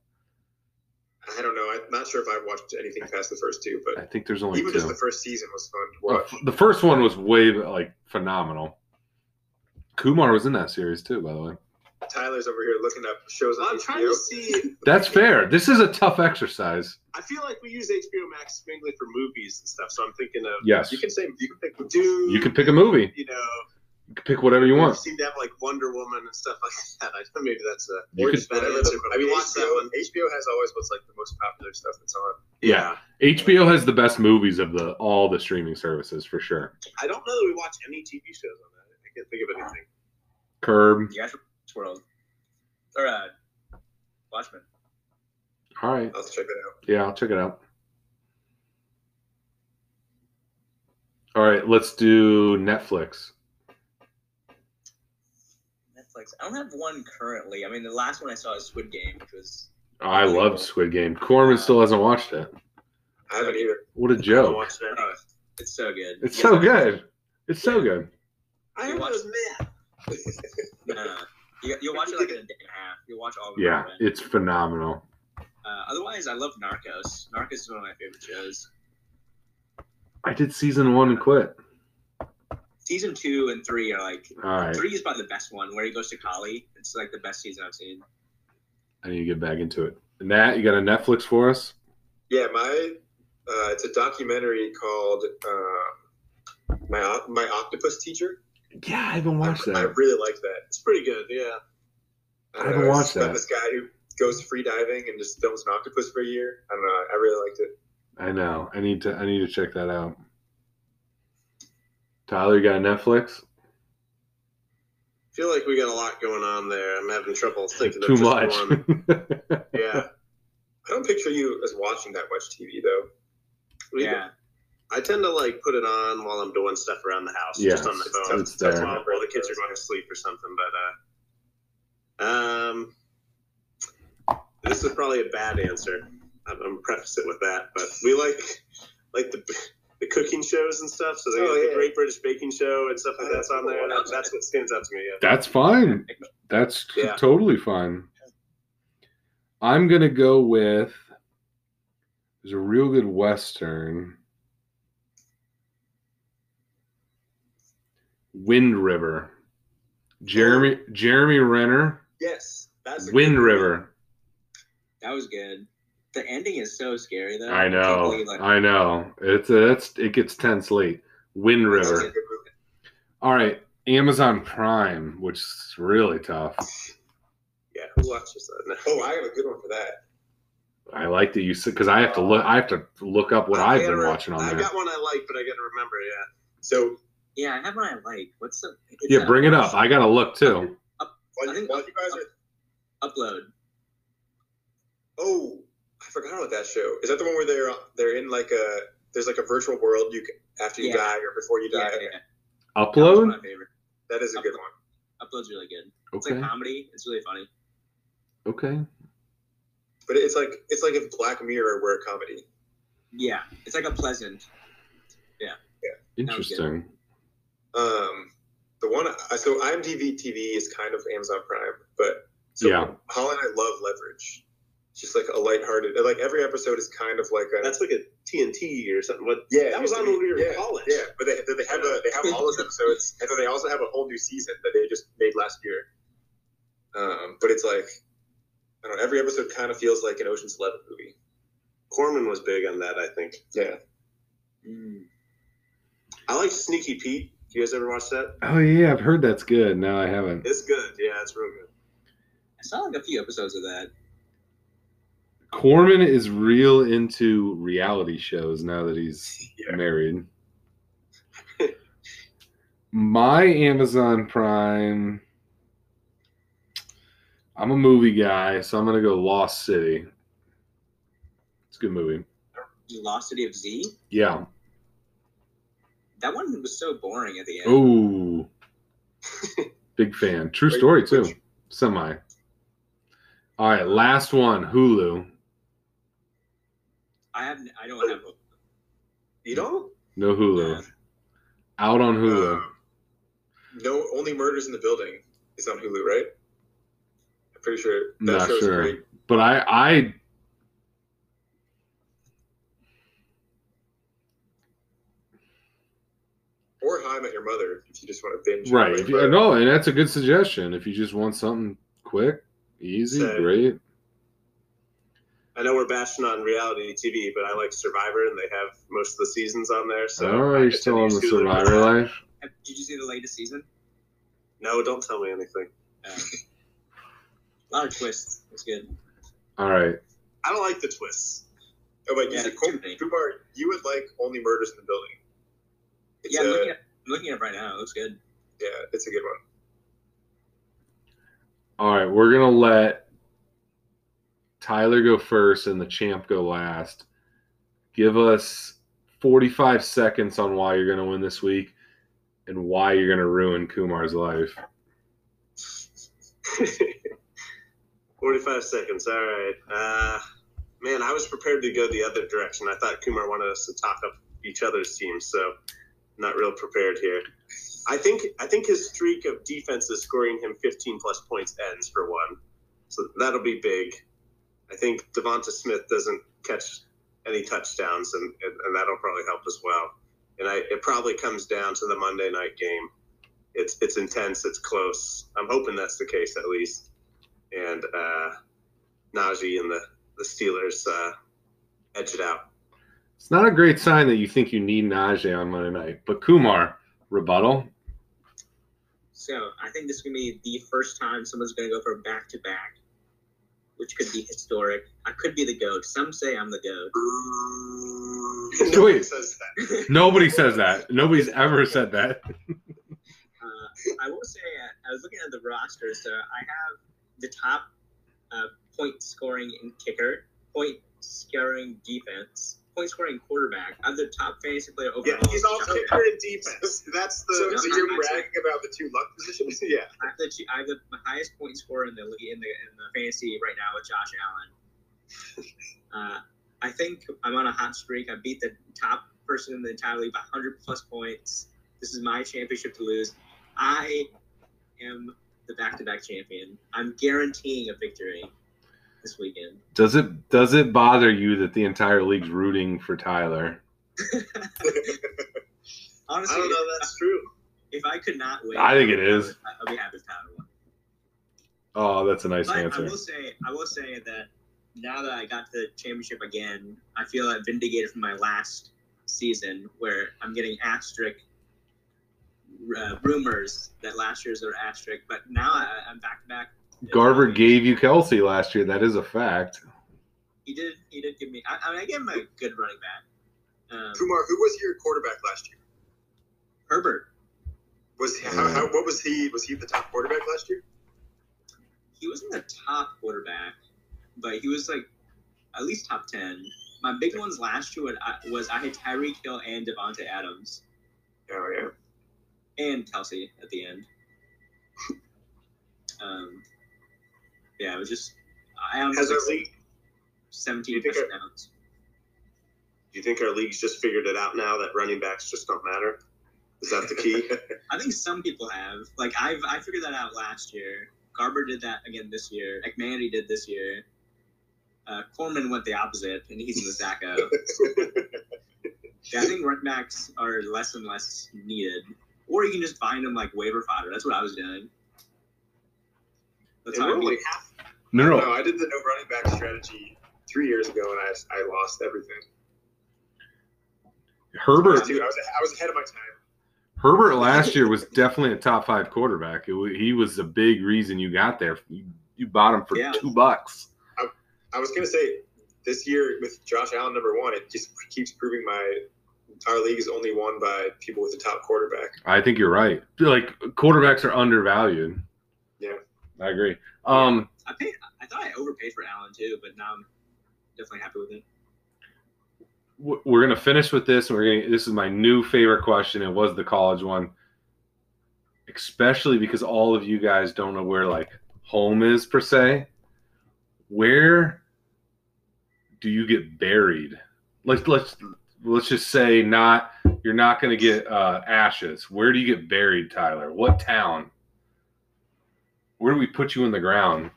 Speaker 5: I don't know. I'm not sure if I watched anything past the first two,
Speaker 1: I
Speaker 5: but
Speaker 1: think there's only
Speaker 5: even
Speaker 1: two.
Speaker 5: just the first season was fun to
Speaker 1: Uh,
Speaker 5: watch.
Speaker 1: f- The first one was way like phenomenal. Kumar was in that series too, by the way.
Speaker 5: Tyler's over here looking up shows on
Speaker 3: I'm
Speaker 5: HBO.
Speaker 3: trying to see.
Speaker 1: That's fair. This is a tough exercise.
Speaker 3: I feel like we use HBO Max mainly for movies and stuff, so I'm thinking of.
Speaker 1: Yes,
Speaker 3: You can say you can pick Dune.
Speaker 1: you can pick a movie.
Speaker 3: You know,
Speaker 1: You can pick whatever you
Speaker 3: We
Speaker 1: want.
Speaker 3: seem to have like Wonder Woman and stuff like that. I know maybe that's a
Speaker 1: You
Speaker 3: or
Speaker 1: could-
Speaker 3: just that answer, but
Speaker 5: I mean,
Speaker 3: we watched that one.
Speaker 5: HBO has always what's like the most popular stuff that's on.
Speaker 1: Yeah. HBO has the best movies of the all the streaming services for sure.
Speaker 3: I don't know that we watch any TV shows on that. I can't think of anything.
Speaker 1: Curb.
Speaker 4: You guys are World. Or uh, Watchmen.
Speaker 1: All right.
Speaker 3: I'll check it out.
Speaker 1: Yeah, I'll check it out. All right, let's do Netflix.
Speaker 4: Netflix. I don't have one currently. I mean, the last one I saw is Squid Game, which was
Speaker 1: I love Squid Game. Corman still hasn't watched it.
Speaker 3: I haven't either.
Speaker 1: What a joke.
Speaker 4: Oh, it's so good.
Speaker 1: It's so good. It's so good.
Speaker 3: I heard
Speaker 4: watch-
Speaker 3: those men.
Speaker 4: No, no, no. You, you'll watch it like in a day and a half. You'll watch all of it.
Speaker 1: Yeah, it's phenomenal.
Speaker 4: Uh, otherwise, I love Narcos. Narcos is one of my favorite shows.
Speaker 1: I did season one and quit.
Speaker 4: Season two and three are like
Speaker 1: All right.
Speaker 4: three is probably the best one where he goes to Kali. It's like the best season I've seen.
Speaker 1: I need to get back into it. Nat, you got a Netflix for us?
Speaker 5: Yeah, my uh, it's a documentary called um, my Oc- my octopus teacher.
Speaker 1: Yeah, I haven't watched
Speaker 5: I
Speaker 1: that.
Speaker 5: really like that.
Speaker 3: It's pretty good. Yeah. Uh,
Speaker 1: I haven't watched
Speaker 5: about
Speaker 1: that.
Speaker 5: This guy who goes free diving and just films an octopus for a year. I don't know. I really liked it.
Speaker 1: I know. I need to. I need to check that out. Tyler, you got a Netflix?
Speaker 3: I feel like we got a lot going on there. I'm having trouble thinking
Speaker 1: Too
Speaker 3: of just
Speaker 1: much.
Speaker 3: one.
Speaker 5: Yeah, I don't picture you as watching that much TV though.
Speaker 4: Yeah.
Speaker 3: I tend to like put it on while I'm doing stuff around the house,
Speaker 1: Yeah,
Speaker 3: just on the
Speaker 1: it's-
Speaker 3: phone.
Speaker 1: it's there.
Speaker 3: While while the kids are going to sleep or something. But uh, um, this is probably a bad answer. I'm, I'm preface it with that, but we like like the the cooking shows and stuff. So they got
Speaker 5: Oh,
Speaker 3: the
Speaker 5: yeah.
Speaker 3: Great British Baking Show and stuff like that's on there. That- that's what stands out to me. Yeah.
Speaker 1: That's fine. That's t-
Speaker 3: Yeah.
Speaker 1: totally fine. I'm gonna go with. There's a real good western. Wind River. Jeremy Jeremy Renner.
Speaker 3: Yes, that's
Speaker 1: Wind River.
Speaker 4: That was good. The ending is so scary though.
Speaker 1: I
Speaker 4: can't
Speaker 1: know.
Speaker 4: believe, like,
Speaker 1: I know. It's a, it's it gets tense late. Wind River. All right, Amazon Prime, which is really tough.
Speaker 3: Yeah, who watches that?
Speaker 5: Oh, I have a good one for that.
Speaker 1: I like that you said because I have to look. I have to look up what I've been watching on
Speaker 3: I
Speaker 1: there.
Speaker 3: got one I like, but I got to remember. Yeah.
Speaker 5: So
Speaker 4: Yeah, I have one I like. What's the? it's
Speaker 1: Yeah,
Speaker 4: a-
Speaker 1: bring it up. I gotta look too.
Speaker 4: I think
Speaker 5: while you guys are
Speaker 4: upload.
Speaker 5: Oh, I forgot about that show. Is that the one where they're they're in like a there's like a virtual world you can, after you
Speaker 4: Yeah.
Speaker 5: die or before you die?
Speaker 4: Yeah, yeah. That was one
Speaker 1: Upload.
Speaker 4: of my favorite.
Speaker 5: That is a good one.
Speaker 4: Upload's really good. It's
Speaker 1: Okay.
Speaker 4: like
Speaker 3: um,
Speaker 4: comedy. It's really funny.
Speaker 1: Okay.
Speaker 5: But it's like it's like if Black Mirror were a comedy.
Speaker 4: Yeah, it's like a pleasant.
Speaker 1: Interesting.
Speaker 5: Um, the one I so IMDb TV is kind of Amazon Prime, but so
Speaker 1: Yeah.
Speaker 5: Holly and I love Leverage. It's just like a lighthearted, like every episode is kind of like a
Speaker 3: That's like a TNT or something. What?
Speaker 5: yeah.
Speaker 3: that
Speaker 5: it
Speaker 3: was
Speaker 5: used to
Speaker 3: on
Speaker 5: be-
Speaker 3: when we were
Speaker 5: yeah,
Speaker 3: in college.
Speaker 5: Yeah, but they they have a, they have all those episodes, and then they also have a whole new season that they just made last year. Um, but it's like I don't know. Every episode kind of feels like an Ocean's Eleven movie.
Speaker 3: Corman was big on that, I think. Mm.
Speaker 5: Yeah,
Speaker 3: I like Sneaky Pete. You guys ever watch that?
Speaker 1: Oh yeah, I've heard that's good. No, I haven't.
Speaker 3: It's good. Yeah, it's real good.
Speaker 4: I saw like a few episodes of that.
Speaker 1: Corman is real into reality shows now that he's
Speaker 3: Yeah.
Speaker 1: married. My Amazon Prime. I'm a movie guy, so I'm gonna go Lost City. It's a good movie.
Speaker 4: Lost City of Z.
Speaker 1: Yeah.
Speaker 4: That one was so boring at the end.
Speaker 1: Oh. Big fan. True
Speaker 5: Wait,
Speaker 1: story too.
Speaker 5: which-
Speaker 1: Semi. All right, last one. Hulu.
Speaker 4: I have. I don't have.
Speaker 5: you don't
Speaker 1: No Hulu. Out on Hulu.
Speaker 5: Um, no, only Murders in the Building is on Hulu, right? I'm pretty sure that
Speaker 1: Not
Speaker 5: show's
Speaker 1: sure.
Speaker 5: great.
Speaker 1: But I I
Speaker 5: Or How I Met Your Mother, if you just want to binge.
Speaker 1: right.
Speaker 5: it,
Speaker 1: If you,
Speaker 5: but-
Speaker 1: no, and that's a good suggestion. If you just want something quick, easy,
Speaker 3: Say.
Speaker 1: great.
Speaker 3: I know we're bashing on reality TV, but I like Survivor, and they have most of the seasons on there. So
Speaker 1: oh,
Speaker 3: I
Speaker 1: you're
Speaker 3: just
Speaker 1: still
Speaker 3: tend
Speaker 1: on
Speaker 3: to
Speaker 1: the
Speaker 3: use Hulu for
Speaker 1: Survivor
Speaker 3: that.
Speaker 1: life.
Speaker 4: Have- Did you see the latest season?
Speaker 3: No, don't tell me anything.
Speaker 4: A lot of twists. It's good.
Speaker 1: All right.
Speaker 3: I don't like the twists.
Speaker 5: Oh, wait, you
Speaker 4: Yeah,
Speaker 5: said
Speaker 4: it's
Speaker 5: Kumar,
Speaker 4: good.
Speaker 5: Kumar, you would like only murders in the building. It's
Speaker 4: Yeah, I'm
Speaker 5: a-
Speaker 4: looking, at, I'm looking at it right now. It looks good.
Speaker 5: yeah, it's a good one.
Speaker 1: All right, we're gonna let Tyler go first and the champ go last. Give us 45 seconds on why you're gonna win this week and why you're gonna ruin Kumar's life.
Speaker 3: 45 seconds. All right. Uh, man, I was prepared to go the other direction. I thought Kumar wanted us to talk up each other's teams, so not real prepared here. I think I think his streak of defenses scoring him 15 plus points ends for one, so that'll be big. I think Devonta Smith doesn't catch any touchdowns, and, and, and that'll probably help as well. And I, it probably comes down to the Monday night game. It's it's intense. It's close. I'm hoping that's the case at least and uh, Najee and the, the Steelers uh, edge it out.
Speaker 1: It's not a great sign that you think you need Najee on Monday night, but Kumar, rebuttal.
Speaker 4: So I think this is gonna be the first time someone's gonna go for a back to back, which could be historic. I could be the goat. Some say I'm the goat.
Speaker 1: No Wait.
Speaker 3: says
Speaker 1: Nobody says that. Nobody's ever said that.
Speaker 4: Uh, I will say uh, I was looking at the roster, so I have the top uh, point scoring and kicker, point scoring defense, point scoring quarterback. I'm the top fantasy player overall.
Speaker 3: Yeah, he's all
Speaker 4: So-
Speaker 3: kicker and defense. That's the.
Speaker 4: So-
Speaker 3: So, you're
Speaker 4: I'm
Speaker 3: bragging
Speaker 4: sorry.
Speaker 3: about the two luck positions? Yeah.
Speaker 4: I have the I have the highest point score in the league in the in the fantasy right now with Josh Allen. Uh, I think I'm on a hot streak. I beat the top person in the entire league by 100 plus points. This is my championship to lose. I am the back-to-back champion. I'm guaranteeing a victory this weekend.
Speaker 1: Does it does it bother you that the entire league's rooting for Tyler?
Speaker 4: Honestly,
Speaker 3: I don't know. That's true.
Speaker 4: if I could not win,
Speaker 1: I think it is.
Speaker 4: I'll be happy if Tyler won.
Speaker 1: Oh, that's a nice
Speaker 4: but I
Speaker 1: answer.
Speaker 4: will say, I will say that now that I got to the championship again, I feel I'm vindicated from my last season, where I'm getting asterisk uh, rumors that last year's are asterisk. But now I, I'm back to back. Um,
Speaker 1: Garver gave you Kelsey last year. That is a fact.
Speaker 4: He did. He did give me. I, I mean, I gave him a good running back. Um,
Speaker 3: Kumar, who was your quarterback last year?
Speaker 4: Herbert.
Speaker 3: Was how, how, what was he? Was he the top quarterback last year?
Speaker 4: He wasn't the top quarterback, but he was like at least top ten. My big ones last year would- I- was I had Tyreek Hill and Devonte Adams.
Speaker 3: Oh yeah.
Speaker 4: and Kelsey at the end. Um, yeah, it was just I am
Speaker 3: Has our
Speaker 4: like
Speaker 3: league?
Speaker 4: seventeen
Speaker 3: you think our-
Speaker 4: touchdowns.
Speaker 3: Do you think our league's just figured it out now that running backs just don't matter? Is that the key?
Speaker 4: I think some people have like I've I figured that out last year. Garber did that again this year. McMandy did this year. Uh, Corman went the opposite, and he's in the Zacho. yeah, I think running backs are less and less needed, or you can just find them like waiver fodder. That's what I was doing. That's
Speaker 3: and
Speaker 4: how
Speaker 3: we're
Speaker 4: I do
Speaker 3: only
Speaker 4: it.
Speaker 3: half.
Speaker 1: No,
Speaker 3: No,
Speaker 1: no.
Speaker 3: I did the no running back strategy three years ago, and I, I lost everything. I
Speaker 1: Herbert
Speaker 3: was, too- I was I was ahead of my time.
Speaker 1: Herbert last year was definitely a top five quarterback. It, wa- he was a big reason you got there. You, you bought him for
Speaker 4: Yeah.
Speaker 1: two bucks.
Speaker 3: I was gonna say this year with Josh Allen number one, it just keeps proving my our league is only won by people with the top quarterback.
Speaker 1: I think you're right. Like quarterbacks are undervalued.
Speaker 3: Yeah.
Speaker 1: I agree. Um,
Speaker 4: I paid. I thought I overpaid for Allen too, but now I'm definitely happy with it.
Speaker 1: w- we're gonna finish with this, and we're gonna. This is my new favorite question. It was the college one, especially because all of you guys don't know where like home is per se. Where do you get buried? Let's let's let's just say not. You're not gonna get uh, ashes. Where do you get buried, Tyler? What town? Where do we put you in the ground?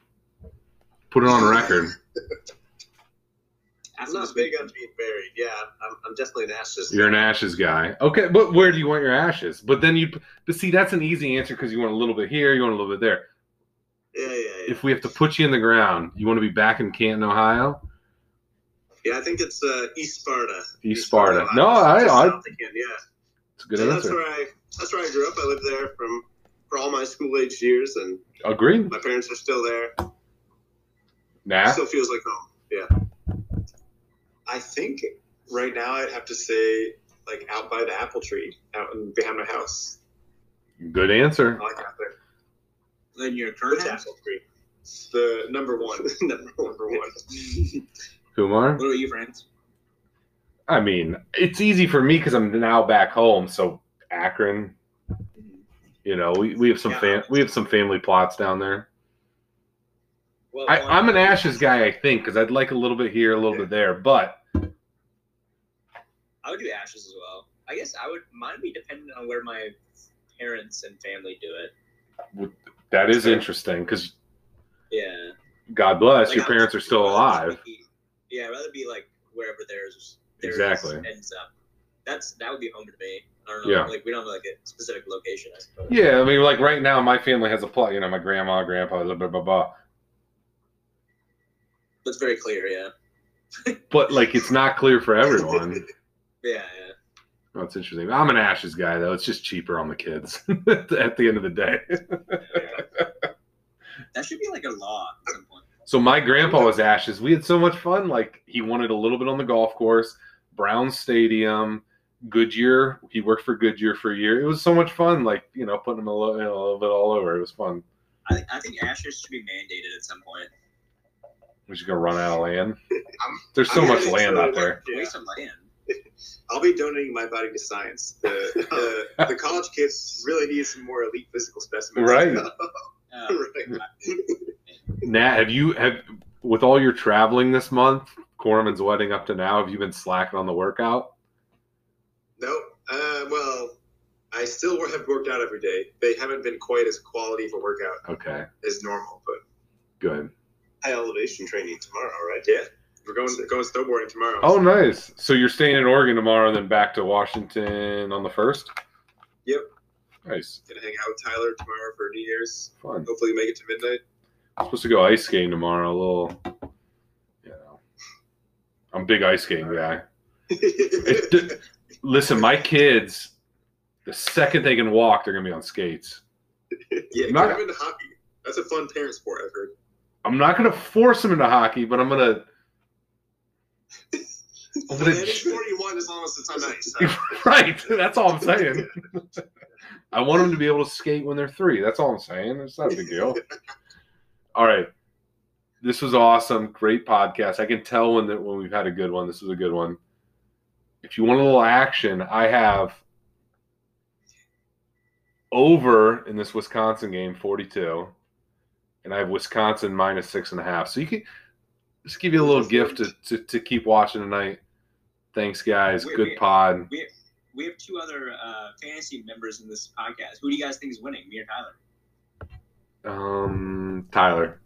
Speaker 1: Put it on record.
Speaker 3: I'm
Speaker 4: After
Speaker 3: not
Speaker 4: this
Speaker 3: big
Speaker 4: week-
Speaker 3: on being buried. Yeah, I'm, I'm definitely an Ashes.
Speaker 1: You're an ashes guy. Okay, but where do you want your ashes? But then you, but see, that's an easy answer because you want a little bit here, you want a little bit there.
Speaker 3: Yeah, yeah, yeah.
Speaker 1: If we have to put you in the ground, you want to be back in Canton, Ohio,
Speaker 3: yeah, I think it's uh, East Sparta.
Speaker 1: East Sparta.
Speaker 3: Ohio.
Speaker 1: No, I,
Speaker 3: Just
Speaker 1: I
Speaker 3: south again, yeah.
Speaker 1: it's a good
Speaker 3: So that's
Speaker 1: answer.
Speaker 3: where I that's where I grew up. I lived there from for all my school age years, and
Speaker 1: Agreed.
Speaker 3: my parents are still there.
Speaker 1: Nah.
Speaker 3: Still feels like home. Yeah. I think right now I'd have to say like out by the apple tree, out in, behind my house.
Speaker 1: Good answer.
Speaker 3: I like out there.
Speaker 4: Then your current
Speaker 3: house? apple tree. It's the number one. number one. Number one.
Speaker 1: Kumar?
Speaker 4: What about you, friends?
Speaker 1: I mean, it's easy for me because I'm now back home. So Akron, you know, we, we have some fam- we have some family plots down there.
Speaker 4: Well,
Speaker 1: I, I'm an Ashes guy, I think, because I'd like a little bit here, a little bit there. But
Speaker 4: I would do ashes as well. I guess I would. Mine would be dependent on where my parents and family do it.
Speaker 1: that is interesting because
Speaker 4: Yeah.
Speaker 1: God bless
Speaker 4: Like,
Speaker 1: your
Speaker 4: I-
Speaker 1: parents are still alive.
Speaker 4: Yeah, I'd rather be like wherever theirs, theirs
Speaker 1: Exactly.
Speaker 4: ends up. That's that would be home to me. I don't know.
Speaker 1: Yeah.
Speaker 4: Like we don't have like a specific location. I suppose.
Speaker 1: Yeah, I mean, like right now, my family has a plot. You know, my grandma, grandpa, blah blah blah. blah.
Speaker 4: That's very clear. Yeah.
Speaker 1: But like, it's not clear for everyone.
Speaker 4: Yeah. yeah.
Speaker 1: That's interesting. I'm an Ashes guy though. It's just cheaper on the kids at the end of the day.
Speaker 4: That should be like a law at some point.
Speaker 1: So my grandpa was Ashes. We had so much fun. Like he wanted a little bit on the golf course, Brown Stadium, Goodyear. He worked for Goodyear for a year. It was so much fun. Like you know, putting him a little, you know, a little bit all over. It was fun.
Speaker 4: I think I think ashes should be mandated at some point.
Speaker 1: We're just gonna run out of land. There's so
Speaker 3: I'm
Speaker 1: much
Speaker 3: gonna
Speaker 1: land
Speaker 3: throw
Speaker 1: out
Speaker 3: it
Speaker 1: there.
Speaker 3: Yeah.
Speaker 4: Waste of land.
Speaker 3: I'll be donating my body to science. The, the, the college kids really need some more elite physical specimens.
Speaker 1: Right.
Speaker 4: Uh,
Speaker 1: Nat, have you have with all your traveling this month, Corman's wedding up to now? Have you been slacking on the workout?
Speaker 3: No. Uh, well, I still have worked out every day. They haven't been quite as quality of a workout
Speaker 1: Okay,
Speaker 3: as normal, but
Speaker 1: good.
Speaker 3: high elevation training tomorrow, right? Yeah. We're going going snowboarding tomorrow.
Speaker 1: Oh, nice. So you're staying in Oregon tomorrow, and then back to Washington on the first.
Speaker 3: Yep.
Speaker 1: Nice.
Speaker 3: Gonna hang out with Tyler tomorrow for New Year's.
Speaker 1: Fun.
Speaker 3: Hopefully, make it to midnight.
Speaker 1: I'm supposed to go ice skating tomorrow. A little, you know, I'm a big ice skating guy. It d- listen, my kids, the second they can walk, they're gonna be on skates.
Speaker 3: Yeah,
Speaker 1: Not-
Speaker 3: get him into hockey. That's a fun parent sport, I've heard.
Speaker 1: I'm not gonna force them into hockey, but I'm gonna. I'm
Speaker 3: Well,
Speaker 1: gonna-
Speaker 3: any sport you want as long as it's on ice.
Speaker 1: right. That's all I'm saying. I want them to be able to skate when they're three. That's all I'm saying. It's not a big deal. All right. This was awesome. Great podcast. I can tell when that when we've had a good one. This was a good one. If you want a little action, I have over in this Wisconsin game 42, and I have Wisconsin minus six and a half. So you can just give you a little gift to, to, to keep watching tonight. Thanks, guys.
Speaker 4: Wait,
Speaker 1: Good
Speaker 4: wait.
Speaker 1: pod.
Speaker 4: We we have two other uh, fantasy members in this podcast. Who do you guys think is winning? Me or Tyler?
Speaker 1: Um, Tyler.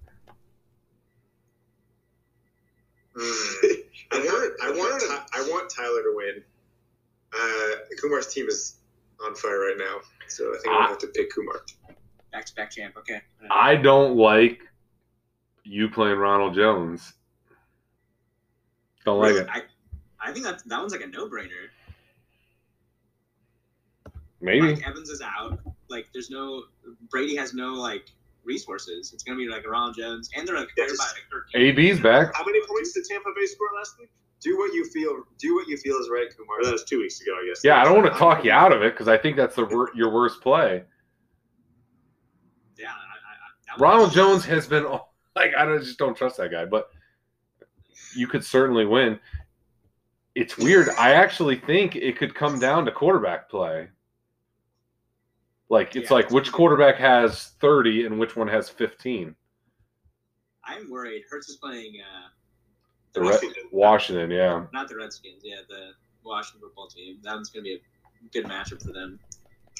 Speaker 3: I want, I want, Ty- I want Tyler to win. Uh, Kumar's team is on fire right now, so I think I'm gonna have to pick Kumar.
Speaker 4: Back to back champ. Okay.
Speaker 1: I don't like you playing Ronald Jones. Don't like it.
Speaker 4: I, I think that that one's like a no brainer.
Speaker 1: Maybe.
Speaker 4: Mike Evans is out. Like, there's no Brady has no like resources. It's gonna be like Ronald Jones, and they're like they're by like, 13.
Speaker 1: AB's back.
Speaker 3: How many points did Tampa Bay score last week? Do what you feel. Do what you feel is right, Kumar. That was two weeks ago, I guess.
Speaker 1: Yeah, I don't want to talk you out of it because I think that's the wor- your worst play.
Speaker 4: Yeah, I, I, I, that
Speaker 1: Ronald
Speaker 4: one-
Speaker 1: Jones has been like I don't, just don't trust that guy, but you could certainly win. It's weird. I actually think it could come down to quarterback play. Like it's
Speaker 4: Yeah.
Speaker 1: like which quarterback has 30 and which one has 15.
Speaker 4: I'm worried. Hertz is playing uh,
Speaker 1: The Re- Washington, yeah.
Speaker 4: not the Redskins. Yeah, the Washington football team. That one's gonna be a good matchup for them.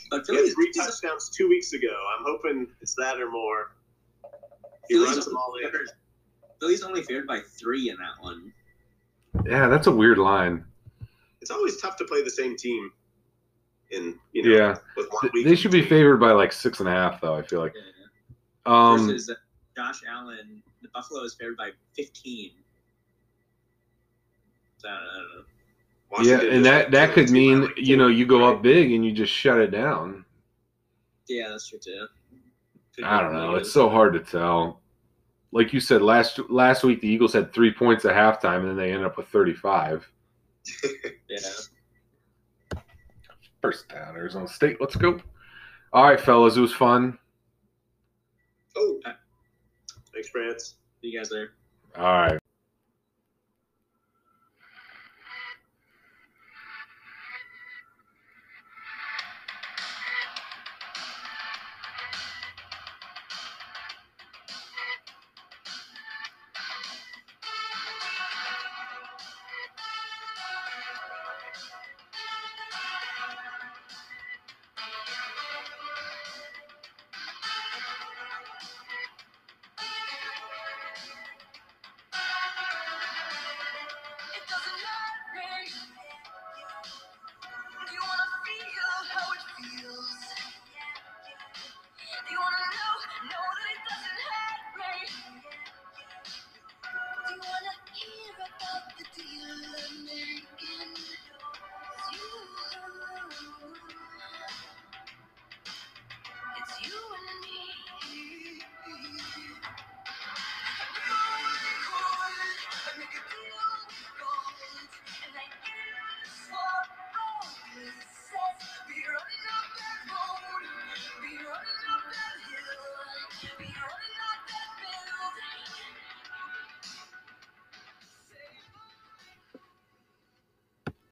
Speaker 4: But
Speaker 3: He had
Speaker 4: Philly's
Speaker 3: three touchdowns two weeks ago. I'm hoping it's that or more. He
Speaker 4: Philly's
Speaker 3: runs
Speaker 4: only
Speaker 3: them all in.
Speaker 4: favored- Philly's only favored by three in that one.
Speaker 1: Yeah, that's a weird line.
Speaker 3: It's always tough to play the same team. In you know,
Speaker 1: Yeah.
Speaker 3: with one
Speaker 1: Th-
Speaker 3: week.
Speaker 1: They should be favored by like six and a half, though. I feel like. Um,
Speaker 4: versus Josh Allen, the Buffalo is favored by 15. So, I don't know.
Speaker 1: yeah,
Speaker 3: Washington
Speaker 1: and that
Speaker 3: just got
Speaker 1: that
Speaker 3: two
Speaker 1: could
Speaker 3: team
Speaker 1: mean you know you go up big and you just shut it down.
Speaker 4: Yeah, that's true too.
Speaker 1: I don't know. It's so hard to tell. Like you said last last week, the Eagles had three points at halftime, and then they ended up with thirty-five.
Speaker 4: Yeah.
Speaker 1: First down, Arizona State. Let's go. All right, fellas, it was fun.
Speaker 4: Oh,
Speaker 3: Thanks, Brad.
Speaker 4: see Oh, uh, you guys there.
Speaker 1: All right.